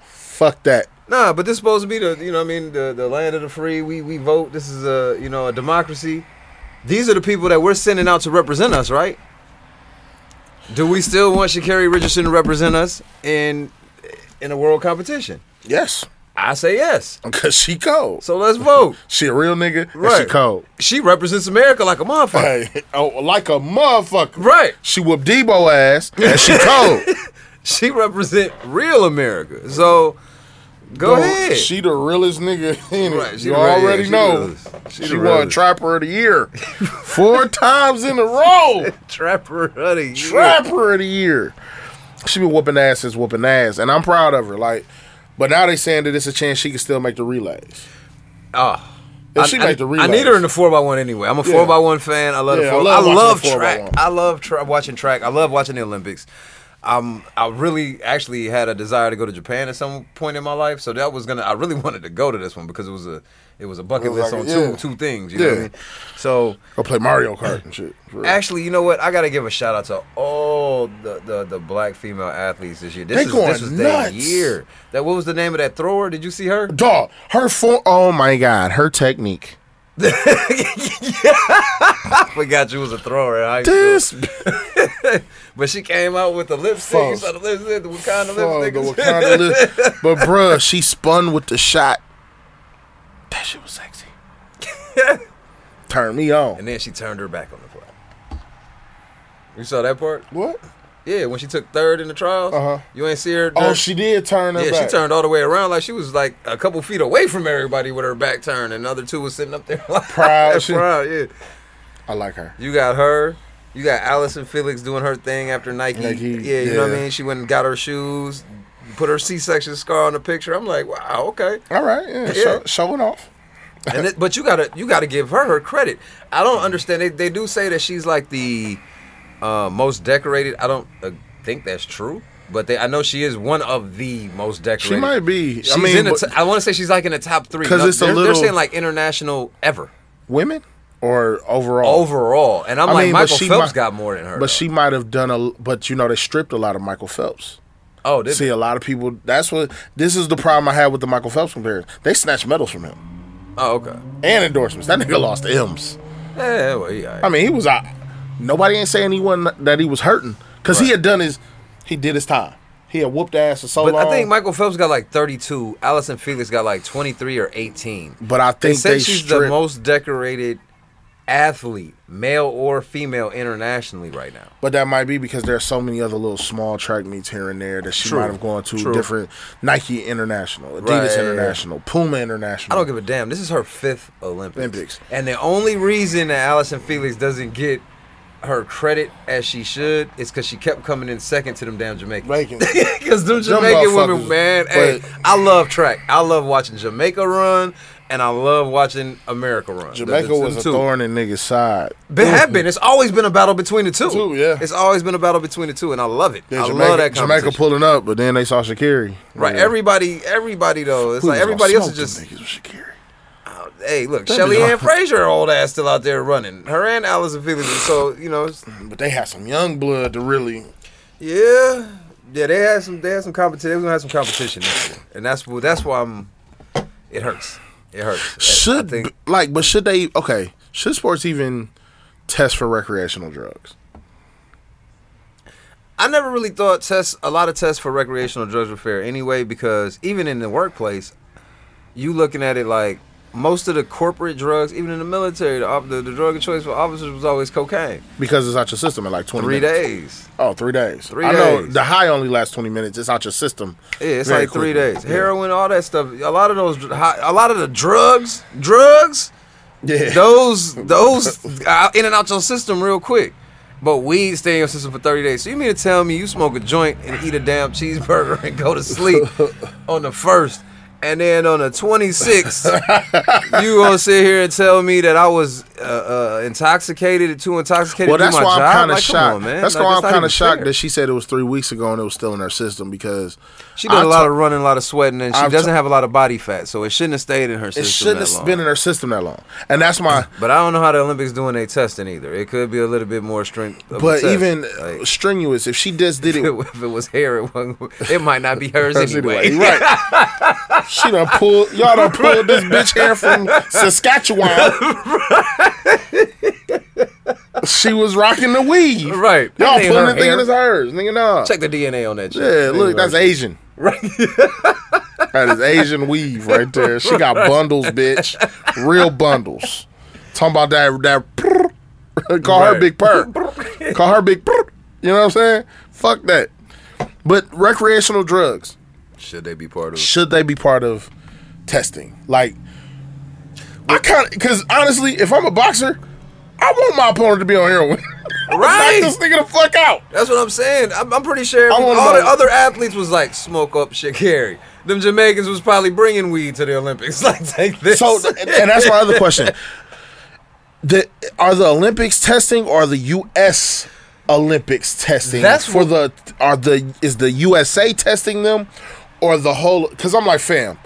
Fuck that. Nah, but this supposed to be the you know what I mean the, the land of the free. We we vote. This is a you know a democracy. These are the people that we're sending out to represent us, right? Do we still want Shakari Richardson to represent us in in a world competition? Yes. I say yes. Because she cold. So let's vote. she a real nigga. and Right. she cold. She represents America like a motherfucker. Hey, oh, like a motherfucker. Right. She whooped Debo ass and she cold. she represent real America. So go Bro, ahead. She the realest nigga in it. Right, she you the real- already yeah, she know. realest. She She, the won realest. Trapper of the Year four times in a row. Trapper of the year. Trapper of the Year. She been whooping ass since whooping ass, and I'm proud of her. Like, but now they saying that it's a chance she can still make the relays. Ah. If she I, make the I need relays. her in the four x one anyway. I'm a Yeah. four x one fan. I love Yeah, the four. I I love love, watching the 4x1. track. I love tra- watching track. I love watching the Olympics. Um, I really actually had a desire to go to Japan at some point in my life, so that was gonna. I really wanted to go to this one because it was a it was a bucket It was list like on a- yeah. two two things. You know what Yeah. I mean? So Go play Mario Kart and shit. for real. Actually, you know what? I gotta give a shout out to all the, the, the black female athletes this year. This They is going this was nuts. their year. That what was the name of that thrower? Did you see her? Dog, her form. Oh my god, her technique. I forgot you was a thrower. in high This school. but she came out with the lipstick. You Fuck. saw the lipstick, the Wakanda Fuck, lipstick. the Wakanda lip- but bruh, she spun with the shot. That shit was sexy. Turn me on. and then she turned her back on the play. You saw that part? What? Yeah, when she took third in the trials. Uh-huh. You ain't see her. Oh, during- she did turn her Yeah, back. she turned all the way around like she was like a couple feet away from everybody with her back turned, and the other two was sitting up there like Proud. She- proud. Yeah, I like her. you got her. You got Allison Felix doing her thing after Nike. Nike, yeah, you know what I yeah. mean. She went and got her shoes, put her C-section scar on the picture. I'm like, wow, okay. All right, yeah, Show, showing off. and it, but you gotta you gotta give her her credit. I don't understand. They, they do say that she's like the uh, most decorated. I don't uh, think that's true, but they I know she is one of the most decorated. She might be. I She's mean, in the but- t- I want to say she's like in the top three 'Cause No, it's a they're, they're little- saying like international ever Women or overall? overall, and I'm Oh. I like mean, but Michael she Phelps might- got more than her. But she might have done a. But you know, they stripped a lot of Michael Phelps. though. oh, did See, a lot of people. That's what. This is the problem I had with the Michael Phelps comparison. They snatched medals from him oh okay. and endorsements. That nigga lost M's. Yeah, well, yeah. I mean, he was out. Nobody ain't saying he wasn't that he was hurting because he had done his. He did his time. He had whooped ass for so but long. I think Michael Phelps got like 32. Allison Felix got like 23 or 18. But I They think said they she's the stripped- most decorated athlete, male or female, internationally right now. But that might be because there are so many other little small track meets here and there that she True. might have gone to True. different Nike International, Adidas Right. International, Puma I International. don't give a damn. This is her fifth Olympics. Olympics. And the only reason that Allison Felix doesn't get her credit as she should is because she kept coming in second to them damn Jamaicans. Because them Them Jamaican women, motherfuckers, man, hey, I love track. I love watching Jamaica run, and I love watching America run. Jamaica The- the- was them a two. thorn in niggas' side. But have been. It's always been a battle between the two. Two, yeah. It's always been a battle between the two, and I love it. Yeah, I Jamaica, love that competition. Jamaica pulling up, but then they saw Shakiri. right. Yeah. Everybody, everybody though. It's We was like everybody gonna else is just. smoke them niggas with Shakiri. Hey, look, That Shelly bitch- Ann Fraser, old ass, still out there running. Her and Allison Felix. and So you know, it's- But they had some young blood to really. yeah, yeah. They had some. They had some competition. They was gonna have some competition, this year. and that's wh- that's why I'm. It hurts. It hurts. I- I Should think- b- like, but should they? Okay, should sports even test for recreational drugs? I never really thought tests a lot of tests for recreational drugs were fair anyway because even in the workplace, you looking at it like most of the corporate drugs, even in the military, the, op- the, the drug of choice for officers was always cocaine. Because it's out your system in like twenty. Three minutes. days. Oh, three days. Three I know days. the high only lasts twenty minutes. It's out your system. Yeah, it's very like three quickly. days. Yeah. Heroin, all that stuff. A lot of those, hi- a lot of the drugs, drugs. Yeah. Those, those out- in and out your system real quick. But weed stay in your system for thirty days. So you mean to tell me you smoke a joint and eat a damn cheeseburger and go to sleep on the first, and then on the twenty sixth, you gonna sit here and tell me that I was uh, uh, intoxicated, too intoxicated. Well, to do that's my why job? I'm kind of Like, come shocked. on, man. That's Like, why I'm not kind even of shocked fair. that she said it was three weeks ago and it was still in her system because She did I a lot to- of running, a lot of sweating, and she I've doesn't t- have a lot of body fat, so it shouldn't have stayed in her system. It shouldn't that have long. been in her system that long, and that's my. But I don't know how the Olympics doing their testing either. It could be a little bit more strength. of a But test. even strenuous, if she just did it, if it was hair, it, wasn't, it might not be hers, Hers anyway. anyway, right. she done pulled y'all done pulled this bitch hair from Saskatchewan. she was rocking the weave, right? Y'all That ain't pulling her the thing hair. that's hers, nigga. Nah, Check the DNA on that. shit. Yeah, look, that's Anyway. Asian. Right. that is Asian weave right there. She got Right. bundles, bitch. Real bundles. Talking about that that prrr. call her Right. big purr. call her big purr. You know what I'm saying? Fuck that. But recreational drugs, Should they be part of? should they be part of testing? Like I kind of cuz honestly, if I'm a boxer, I want my opponent to be on heroin. Right. Knock this nigga the fuck out. That's what I'm saying. I'm, I'm pretty sure I wanna all know- the other athletes was like smoke up Shakari. Them Jamaicans was probably bringing weed to the Olympics. Like take this. So, and and that's my other question: the, Are the Olympics testing or the U.S. Olympics testing? That's for the are the is the USA testing them or the whole? Because I'm like, fam,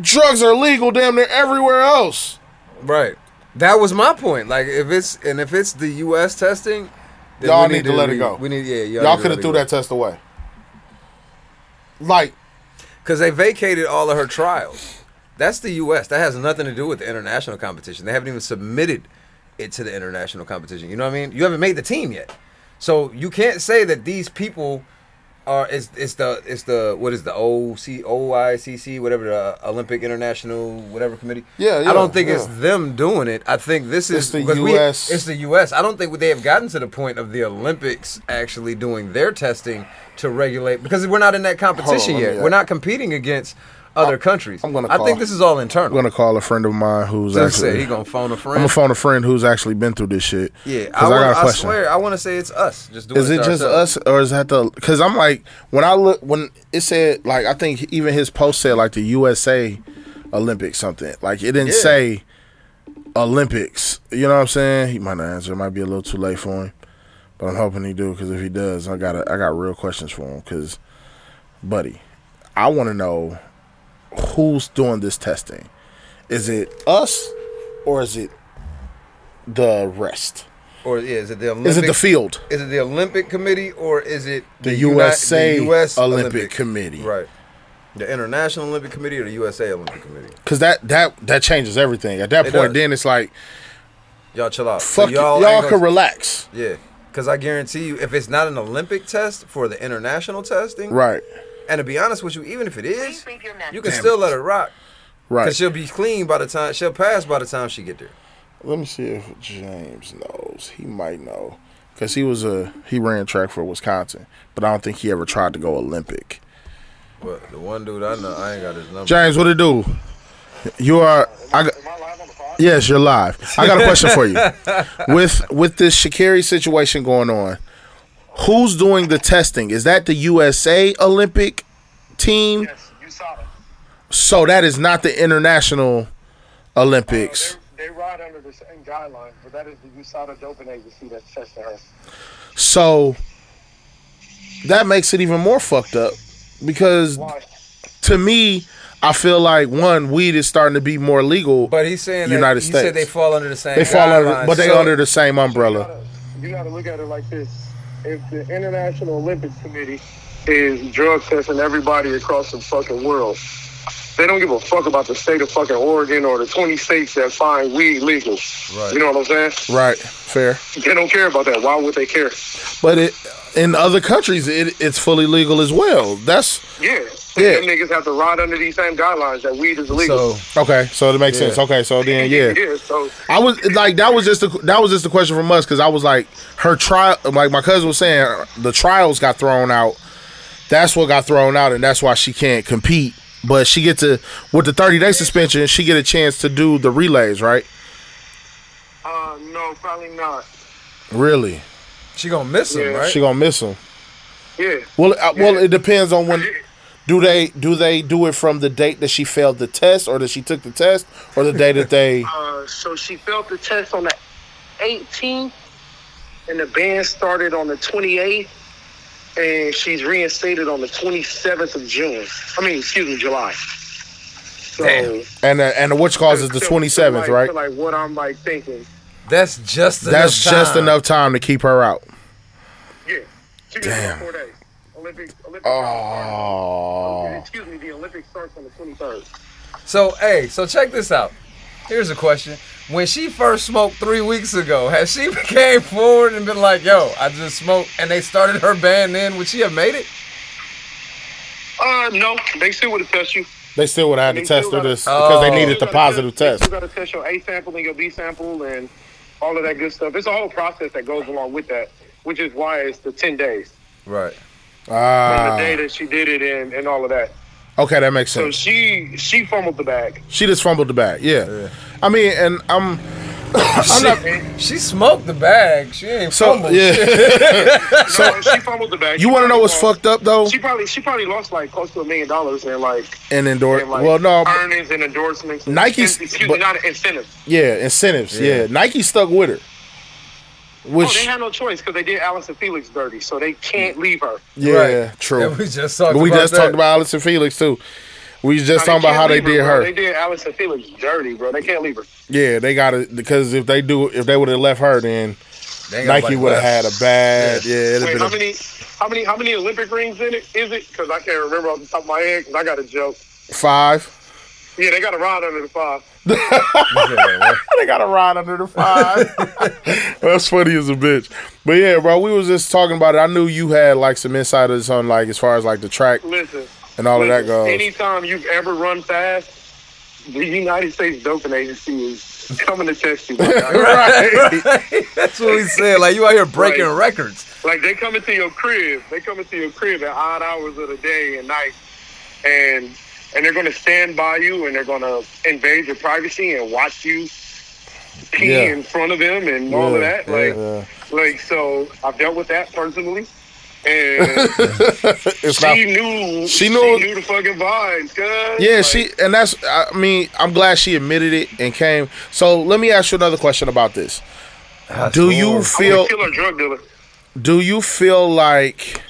drugs are legal damn near everywhere else. Right. That was my point. Like if it's and if it's the U.S. testing, then Y'all we need to let it re- go. We need yeah. Y'all need coulda to let it threw go. that test away. Like, because they vacated all of her trials. That's the U.S. That has nothing to do with the international competition. They haven't even submitted it to the international competition. You know what I mean? You haven't made the team yet, so you can't say that these people are. It's, it's the it's the what is the OC OICC whatever the uh, Olympic International whatever committee. Yeah, yeah, I don't think it's yeah. them doing it. I think this It's is the because we- US. it's the U.S. I don't think they have gotten to the point of the Olympics actually doing their testing to regulate because we're not in that competition let me, yet. uh, We're not competing against other countries. I'm gonna. I call. think this is all internal. I'm gonna call a friend of mine who's So he actually. said he gonna phone a friend. I'm gonna phone a friend who's actually been through this shit. yeah, 'Cause I, I wanna- got a I question. swear, I want to say it's us. Just doing Is it to just ourselves. us, or is that the? Because I'm like, when I look, when it said like, I think even his post said like the USA Olympics something. Like it didn't Yeah. say Olympics. You know what I'm saying? He might not answer. It might be a little too late for him, but I'm hoping he do. Because if he does, I got to I got real questions for him. Because, buddy, I want to know who's doing this testing. Is it us, or is it the rest? Or yeah, is it the Olympic? Is it the field? Is it the Olympic Committee or is it The Uni- USA US Olympic Committee. Right. The International Olympic Committee or the USA Olympic Committee? Cause that that that changes everything. At that It point, does. then it's like Y'all chill out. Fuck it. Y'all ain't can relax. Yeah, because I guarantee you, if it's not an Olympic test for the international testing, right, And to be honest with you, even if it is, you can Damn still it. let her rock. right. Cause she'll be clean by the time she'll pass by the time she get there. Let me see if James knows. He might know because he was a he ran track for Wisconsin, but I don't think he ever tried to go Olympic. But the one dude I know, I ain't got his number. James, what it do? You are I. Got, yes, you're live. I got a question for you. With with this Shakiri situation going on, who's doing the testing? Is that the USA Olympic team? Yes, you saw it. So that is not the international Olympics. They ride under the same guidelines, but that is the USADA doping agency that's testing her. So that makes it even more fucked up because to me, I feel like one weed is starting to be more legal. But he's saying that- United he States. said they fall under the same They fall under, guidelines. but they So- under the same umbrella. You got to look at it like this: if the International Olympics Committee is drug testing everybody across the fucking world, they don't give a fuck about the state of fucking Oregon or the 20 states that find weed legal. Right. You know what I'm saying? Right, fair. They don't care about that. Why would they care? But it in other countries, it, it's fully legal as well. That's Yeah. Yeah. Them niggas have to ride under these same guidelines that weed is legal. okay. So it makes Yeah. sense. Okay, so then yeah. yeah. So I was like, that was just the that was just the question from us because I was like, her trial, like my cousin was saying, the trials got thrown out. That's what got thrown out, and that's why she can't compete. But she get to with the thirty day suspension, she get a chance to do the relays, right? Uh, no, probably not. Really, She gonna miss him, Yeah. right? She gonna miss him. Yeah. Well, uh, well, it depends on when. Do they do they do it from the date that she failed the test, or that she took the test, or the day that they? Uh, so she failed the test on the 18th, and the ban started on the 28th, and she's reinstated on the 27th of June. I mean, excuse me, July. So, And the, and the witch calls is the to- to twenty seventh, like- right? to Like what I'm like thinking. That's just enough That's just time. enough time to keep her out. Yeah. She gets Damn. Four days. Olympic. Olympic. Oh. Excuse me. The Olympics starts on the 23rd. So hey, so check this out. Here's a question. When she first smoked three weeks ago, has she came forward and been like, yo, I just smoked and they started her ban then, would she have made it? Uh, no. They still would have test you. They still would have had to They still test her gotta- this because they Oh. needed the positive You test. still got to test your A sample and your B sample and all of that good stuff. It's a whole process that goes along with that, which is why it's the 10 days Right. from the day Ah, that she did it and, and all of that. okay, that makes So sense. she she fumbled the bag. She just fumbled the bag. Yeah, I mean, and I'm, I'm not. She smoked the bag. She ain't So fumbled yeah. so she fumbled the bag. you want to know what's fucked up though? She probably she probably lost like close to a million dollars in like And endorse. in like Well, no. but- earnings and endorsements. Nike's- excuse but- me, not incentives. Yeah, incentives. Yeah. Nike stuck with her. oh, they Which, had no choice because they did Allison Felix dirty, so they can't leave her. yeah, true. And we just talked But we about just that. talked about Allison Felix too. We was No, just talking about can't how they leave did bro. her. They did Allison Felix dirty, bro. They can't leave her. Yeah, they got it because if they do, if they would have left her, then They ain't got Nike nobody would have had left. a bad. Yeah, it'd Wait, how have been. many, how many, how many Olympic rings in it is it? Because I can't remember off the top of my head. Because I got a joke. a five. Yeah, they got a rod under the five. they got a rod under the five. That's funny as a bitch. But yeah, bro, we was just talking about it. I knew you had like some insiders on like as far as like the track Listen, and all of that listen, goes. Anytime you've ever run fast, the United States doping agency is coming to test you. my guy. right, right. That's what we said. Like you out here breaking Right. records. Like they coming to your crib. They coming to your crib at odd hours of the day and night, and and they're gonna stand by you and they're gonna invade your privacy and watch you pee Yeah. in front of them and all of Yeah, that. Like yeah. like so, I've dealt with that personally. And It's she not- she knew she knew- knew the fucking vibes, cuz. Yeah, Like, she and that's. I mean, I'm glad she admitted it and came. So let me ask you another question about this. do you I would feel? kill her drug dealer. Do you feel like?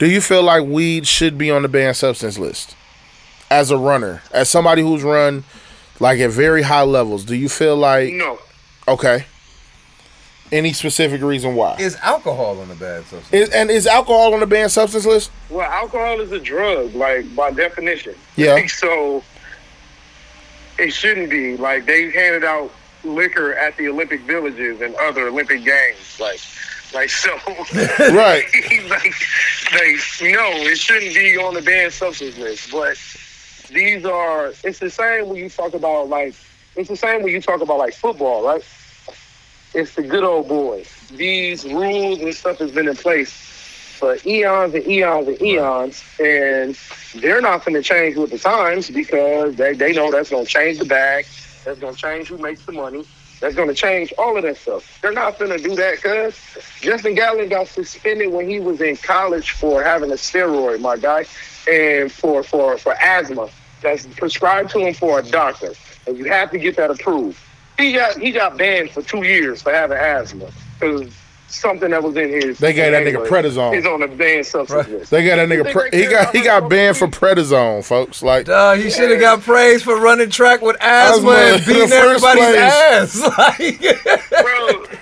Do you feel like weed should be on the banned substance list as a runner, as somebody who's run like at very high levels? Do you feel like no? Okay. Any specific reason why? Is alcohol on the bad substance? Is, and is alcohol on the banned substance list? Well, alcohol is a drug, like by definition. Yeah. So it shouldn't be like they handed out liquor at the Olympic villages and other Olympic games, like, like so. Right. like, like, no, it shouldn't be on the banned substance list. But these are. It's the same when you talk about like. It's the same when you talk about like football, right? It's the good old boys. These rules and stuff has been in place for eons and eons and eons, and they're not going to change with the times because they, they know that's going to change the bag, that's going to change who makes the money, that's going to change all of that stuff. They're not going to do that because Justin Gatlin got suspended when he was in college for having a steroid, my guy, and for, for, for asthma that's prescribed to him for a doctor, and you have to get that approved. He got he got banned for two years for having asthma because something that was in his They gave that nigga anyway, predazone. He's on the banned substance list. They got that nigga. Pre- he got he got banned for prednisone, folks. Like Uh, he should have got praised for running track with asthma and Asthma in the beating first everybody's place. ass. Like, Bro,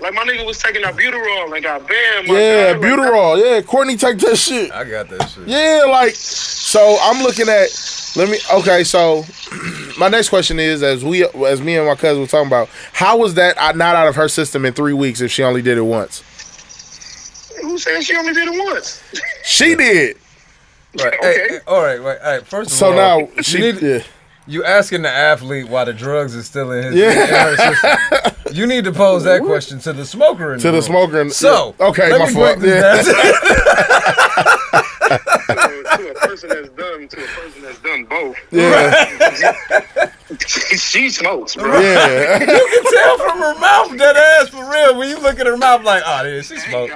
like my nigga was taking albuterol and got banned. Oh My Yeah, guy, like, Buterol. Yeah, Courtney, take that shit. I got that shit. Yeah, like so. I'm looking at. Let me. Okay, so my next question is: as we, as me and my cousin were talking about, how was that uh, not out of her system in three weeks if she only did it once? Who said she only did it once? She did. Right. Hey, hey, all right, right, all right. First of So all, now she- you, need- yeah. you asking the athlete why the drugs is still in his Yeah. in her system. You need to pose that question to the smoker in To the room. smoker in- Mm. So yeah. Okay, let my me fault. break this Yeah. down. to a person that's done to a person that's done both. Yeah, she smokes, bro. yeah. you can tell from her mouth that ass for real. When you look at her mouth, like, oh, yeah, she smoked.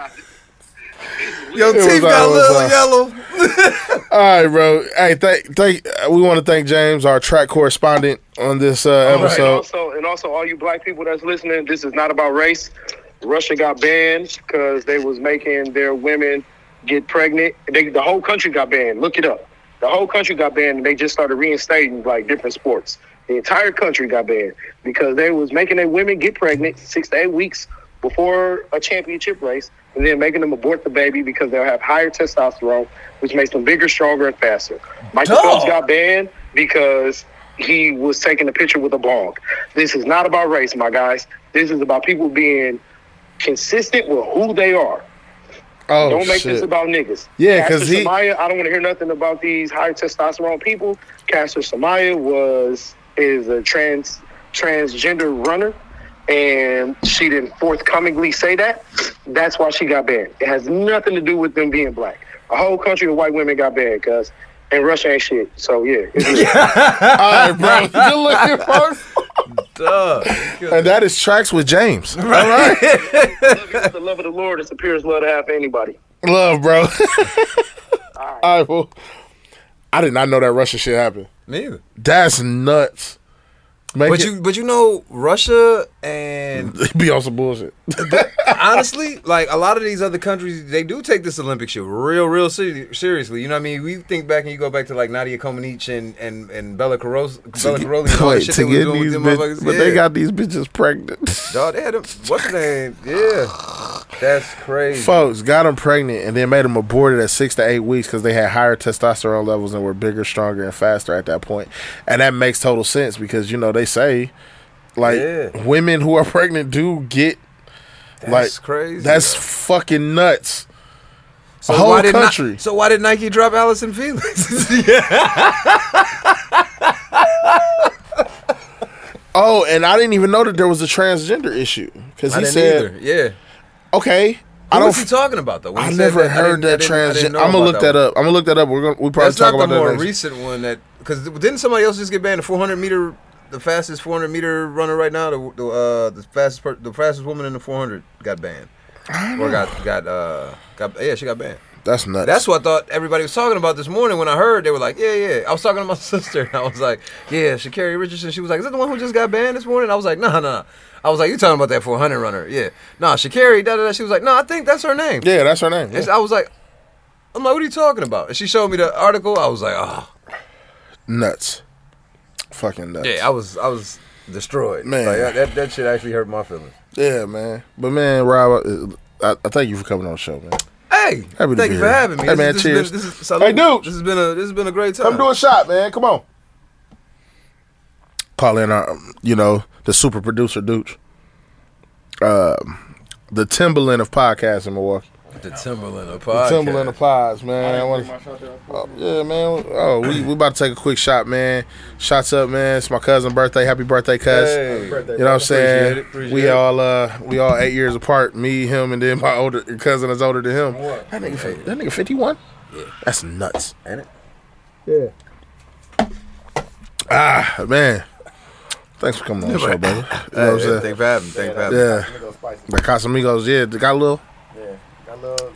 Your It was teeth got a all little over. yellow. All right, bro. Hey, thank, thank. uh, We want to thank James, our track correspondent, on this uh, All right, And episode. also, and also, all you black people that's listening, this is not about race. Russia got banned because they was making their women get pregnant. They, the whole country got banned. Look it up. The whole country got banned, and they just started reinstating like different sports. The entire country got banned because they was making their women get pregnant six to eight weeks before a championship race, and then making them abort the baby because they'll have higher testosterone, which makes them bigger, stronger, and faster. Michael Dog. Phelps got banned because he was taking a picture with a blog. This is not about race, my guys. This is about people being consistent with who they are. Oh, don't make this shit. about niggas. Yeah, 'cause Caster he- Semenya, I don't want to hear nothing about these high testosterone people. Caster Samaya was is a trans transgender runner, and she didn't forthcomingly say that. That's why she got banned. It has nothing to do with them being black. A whole country of white women got banned because. And Russia ain't shit. So yeah. All right, bro. Good looking folks. And that is tracks with James. All right. With the love of the Lord, it's the purest love to have for anybody. Love, bro. All right. well, I did not know that Russia shit happened. Neither. That's nuts. Make But it- you, but you know, Russia and be on some bullshit. honestly, like a lot of these other countries, they do take this Olympic shit real, real seri- seriously. You know what I mean? We think back and you go back to like Nadia Comaneci and and and Bella Caros, Bella Caroli, and all the Wait, shit to they was get doing with these them bitch- motherfuckers. but yeah. they got these bitches pregnant. dog. They had them. What's the name? Yeah, that's crazy. Folks got them pregnant and then made them aborted at six to eight weeks because they had higher testosterone levels and were bigger, stronger, and faster at that point. And that makes total sense because you know they say, like, Yeah. women who are pregnant do get That's like crazy, That's though. fucking nuts. So A whole why did Ni- country. so why did Nike drop Allison Felix? oh, and I didn't even know that there was a transgender issue because I he didn't said, either. Yeah. okay, Who I don't. was he talking about though? When I he said never that, I heard didn't- I that didn't- I didn't transgender. know I'm gonna about look that one. up. I'm gonna look that up. We're gonna we probably That's talk not about the that more next. recent one that because didn't somebody else just get banned? The 400 meter, the fastest 400 meter runner right now, the the, uh, the fastest per, the fastest woman in the 400 got banned or got got uh got yeah she got banned. That's nuts. That's what I thought everybody was talking about this morning when I heard they were like, yeah, yeah. I was talking to my sister and I was like, yeah, Shakari Richardson. She was like, is that the one who just got banned this morning? I was like, nah, nah. I was like, you talking about that 400 runner? Yeah, nah, Shakari. Da da da. She was like, no, I think that's her name. Yeah, that's her name. It's- yeah. I was like, I'm like, what are you talking about? And she showed me the article. I was like, oh, Nuts. Fucking nuts. yeah. I was, I was destroyed. Man. Like, that that shit actually hurt my feelings. Yeah, man. But man, Rob, uh, I, I, I thank you for coming on the show, man. Hey, Happy to thank be you here. for having me. Hey, man, this, cheers. Has been, this is, salute. Hey, dude. this has been a, this has been a great time. Come do a shot, man. Come on. Call in our, um, you know, the super producer, Dooch. Uh, the Timberland of podcasts in Milwaukee. The Timberland of The podcast. Timberland of pods, man. I wanna- Oh, yeah, man. Oh, we, we about to take a quick shot, man. Shots up, man. It's my cousin's birthday. Happy birthday, cuz. Hey. You Happy know what birthday, I'm brother. saying? Appreciate it, appreciate we it. all uh we all eight years apart. Me, him, and then my older cousin is older than him. That nigga, fi- that nigga 51. Yeah. That's nuts. Ain't it? Yeah. Ah, man. Thanks for coming on the show, brother. You know what I'm Hey, saying? thank for having me, thank for having me. Yeah. The Casamigos, yeah. They got a little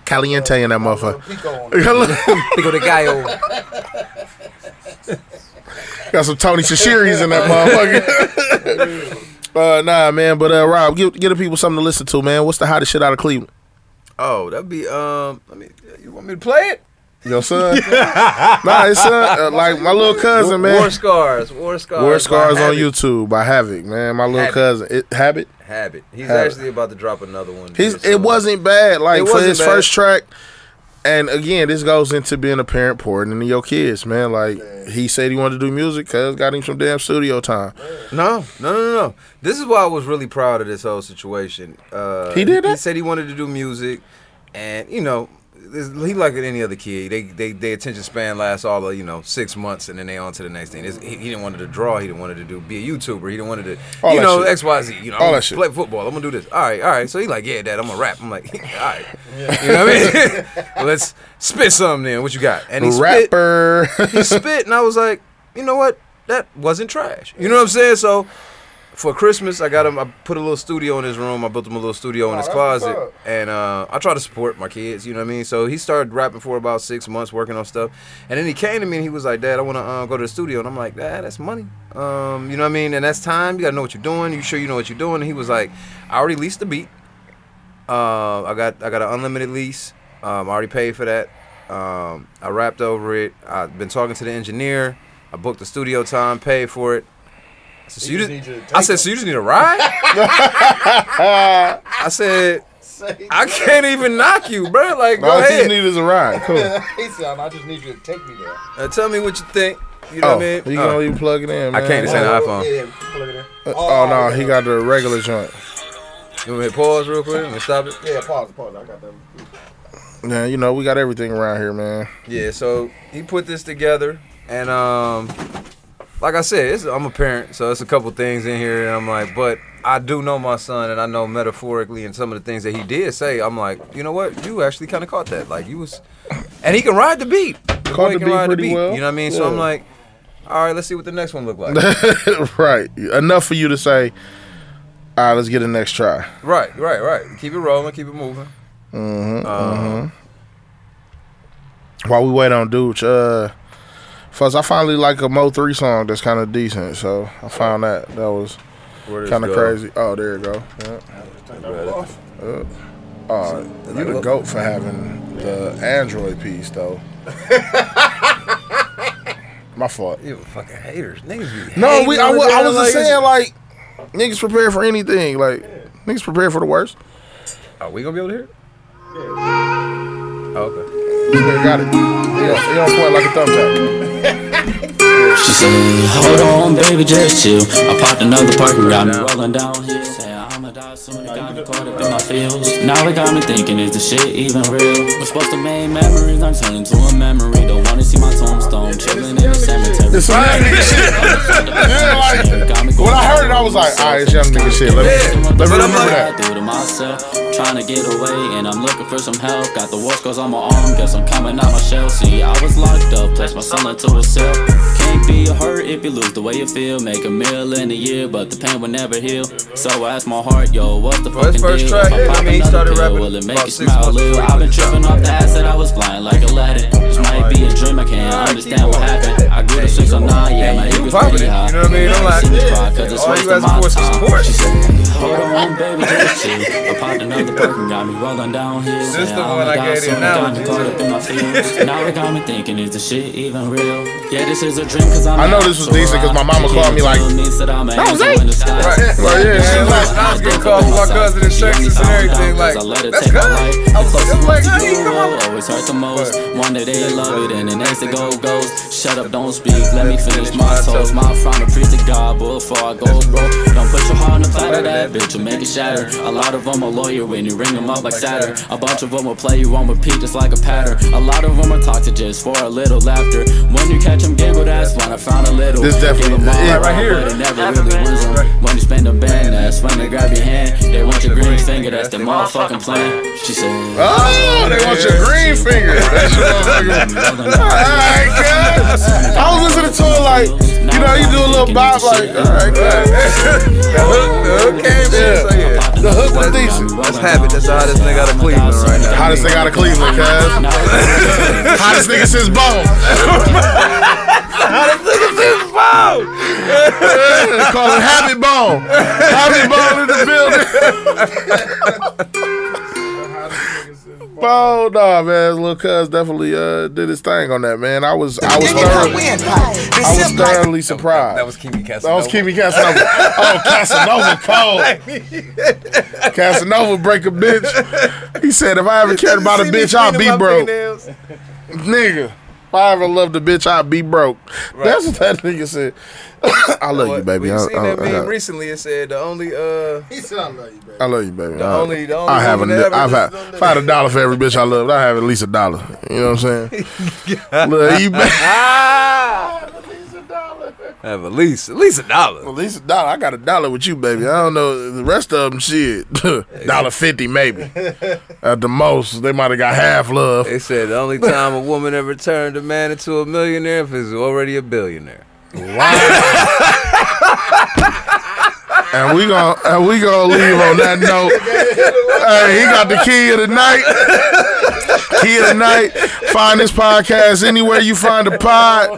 caliente in that motherfucker. Got a little- Pico de gallo. Got some Tony Shashiris in that motherfucker. uh, nah, man. But uh, Rob, give, give the people something to listen to, man. What's the hottest shit out of Cleveland? Oh, that'd be um. I mean, you want me to play it? Your son? nah, his son. Uh, like my little cousin, man. War scars. War scars. War by Scars on Habit. YouTube by Havoc, man. My little Havoc. cousin, it, Habit. Habit. He's Habit. actually about to drop another one. uh, He's, here, so- it wasn't bad. Like It for wasn't his bad. first track, and again, this goes into being a parent, pouring into your kids, man. Like he said, he wanted to do music, cause got him some damn studio time. No, no, no, no. This is why I was really proud of this whole situation. Uh, He did He it? said he wanted to do music, and you know, this, he like any other kid. They, they, their attention span lasts all of you know six months, and then they on to the next thing. This- he, he didn't wanted to draw. He didn't wanted to do be a YouTuber. He didn't wanted to, All you that know, shit. X Y Z. You know, All I'm that gonna shit. play football. I'm gonna do this. All right, all right. So he like, yeah, Dad, I'm gonna rap. I'm like, all right. You know what I mean? Well, let's spit something. Then what you got? And he spit Rapper. he spit, and I was like, you know what? That wasn't trash. You know what I'm saying? So for Christmas, I got him. I put a little studio in his room. I built him a little studio in his Oh, that's what's closet, up. and uh, I try to support my kids. You know what I mean? So he started rapping for about six months, working on stuff, and then he came to me and he was like, "Dad, I want to uh, go to the studio," and I'm like, "Dad, that's money." Um, you know what I mean? And that's time. You gotta know what you're doing. You sure you know what you're doing? And he was like, "I already leased the beat. Uh, I got I got an unlimited lease. Um, I already paid for that. Um, I rapped over it. I've been talking to the engineer. I booked the studio time, paid for it. I said, so He you just just- need you to I said, so you just need a ride? I said, I can't even knock you, bro. Like, go All he ahead. need is a ride. Cool. he said, I just need you to take me there. Uh, tell me what you think. You know oh, what I mean? You can Oh. only plug it in. Man. I can't. It's an iPhone. Yeah, plug it in. Uh, oh no, he got the regular joint. You want me to pause real quick and stop it? Yeah, pause, pause. I got that. Yeah, you know we got everything around here, man. Yeah, so he put this together, and um, like I said, it's, I'm a parent, so it's a couple things in here, and I'm like, but I do know my son, and I know metaphorically, and some of the things that he did say, I'm like, you know what, you actually kind of caught that, like you was, and he can ride the beat, The Caught boy the can beat ride pretty well. you know what I mean? So I'm Yeah. like, all right, let's see what the next one look like. right. Enough for you to say, all right, let's get the next try. right, right, right. Keep it rolling, keep it moving. Mm-hmm, Uh, While we wait on Dooch, uh, first I finally like a Mo three song that's kind of decent. So I found that that was Where does kind of go? crazy. Oh, there you go. Yeah. Uh, oh, you the goat for having the Android piece though. My fault. You fucking haters, niggas. be No, hating we. I, on wa- the I damn was just like- saying, like, niggas prepared for anything. Like, niggas prepared for the worst. Are we gonna be able to hear it? Oh, okay. Yeah, got it. Yeah, you don't point like a thumbtack. She said, hold on, baby, just chill. I popped another perk, got me rolling down here. Say, I'ma die soon, it got me caught up in my feels. Now it got me thinking, is this shit even real? We're supposed to make memories, I'm turning to a memory. Don't wanna see my tombstone, chilling in the cemetery. It's some young nigga shit. Got me When I heard it, I was like, all right, it's young nigga shit. Let me, let me remember that. through to myself, trying to get away, and I'm looking for some help. Got the war scars on my arm, guess I'm coming out my shell. See, I was locked up, placed my son into a cell. Can't be hurt if you lose the way you feel. Make a meal in a year, but the pain will never heal. So I asked my heart, yo, what's the fucking first deal? If track, I yeah, pop I mean, he another started pill, rapping will it make about you six smile a months little? before he I've been released the tripping off the acid, I was flying like Aladdin. This might be a dream, I can't understand what happened. I grew to six or nine, yeah, my eagles popping pretty it, high. you know what I mean? I'm like, Seen me cry, yeah, 'cause it's all you wasting ask my for is time. support. She said, Hold on, baby, just chill. I popped another perk and got me rolling down here. This the one I gave you now. Got me caught up in my feelings. Now it got me thinking, is this shit even real? Yeah, this is a dream, cause I'm I know out, this was so decent 'cause my I- mama she called me keeps like, telling said I'm an "That was angel it." in the sky. Right. Like, yeah, she was like, I was getting calls from my cousin in Texas and everything. Like, that's good. I was I'm like, hey, come on. Always hurt the most. One day they love it, and the next they go ghost. Shut up, don't speak. Let me finish my toast. My frown to preach to God before I go broke. Don't put your heart on the flat of that bitch, you'll make it shatter. A lot of them are lawyer when you ring them up like Saturn. A bunch of them will play you on repeat just like a pattern. A lot of them are toxic just for a little laughter. When you catch them giggle, that's when I found a little. This definitely- Give 'em all yeah, my right here. love, but it never really wins 'em. When you spend a band, that's when they grab your hand. They want your green finger, that's their motherfucking plan. She said, Oh, they want your green finger. That's your motherfucker. All right, cuz. I was listening to it like, you know, you do a little bop, like, all right, cuz. Okay, man. So, yeah. The hook was decent. That's habit. That's the hottest nigga out of Cleveland right now. Hottest thing out of Cleveland, cuz. Hottest nigga since Bone. Hottest nigga since Bone. Call it Happy Bone. Happy Bone in the building. Bone, nah, man. Little cuz definitely uh, did his thing on that, man. I was, I was thoroughly, I was thoroughly surprised. That was Kimi Casanova. That was Kimi Casanova. oh, Casanova Pole. Oh, Casanova break a bitch. He said, if I ever cared about a bitch, I'd be broke. Nigga, if I ever loved a bitch, I'd be broke. That's what that nigga said. I love you, baby. We I, seen I- that I- meme recently. It said the only uh. He said I love you, I love you, baby. The I, only- the only I have a, woman ni- that ever I've had, lived on if I had a dollar for every bitch I loved, I have at least a dollar. You know what I'm saying? Look, you Ah! Have at least, at least a dollar. At least a dollar. I got a dollar with you, baby. I don't know the rest of them. Shit, dollar fifty maybe at the most. They might have got half love. They said the only time a woman ever turned a man into a millionaire if he's already a billionaire. Wow. And we gonna and we gonna leave on that note. hey, he got the key of the night. Key of the night. Find this podcast anywhere you find a pod.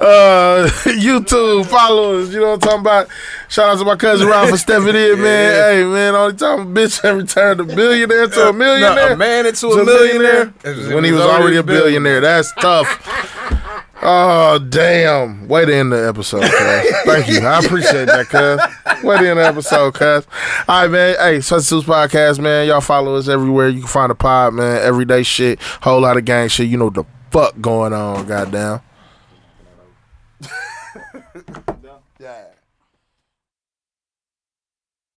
Uh, YouTube, follow us. You know what I'm talking about. Shout out to my cousin Rob for stepping in, man. Hey, man, only time a bitch ever turned a billionaire to a millionaire. No, a man into a millionaire. When he was already a billionaire. That's tough. Oh damn! Way to end the episode, cuz. Thank you. I appreciate that, cuz. Way to end the episode, cuz. All right, man. Hey, Substitutes Podcast, man. Y'all follow us everywhere. You can find the pod, man. Everyday shit, whole lot of gang shit. You know what the fuck going on, goddamn.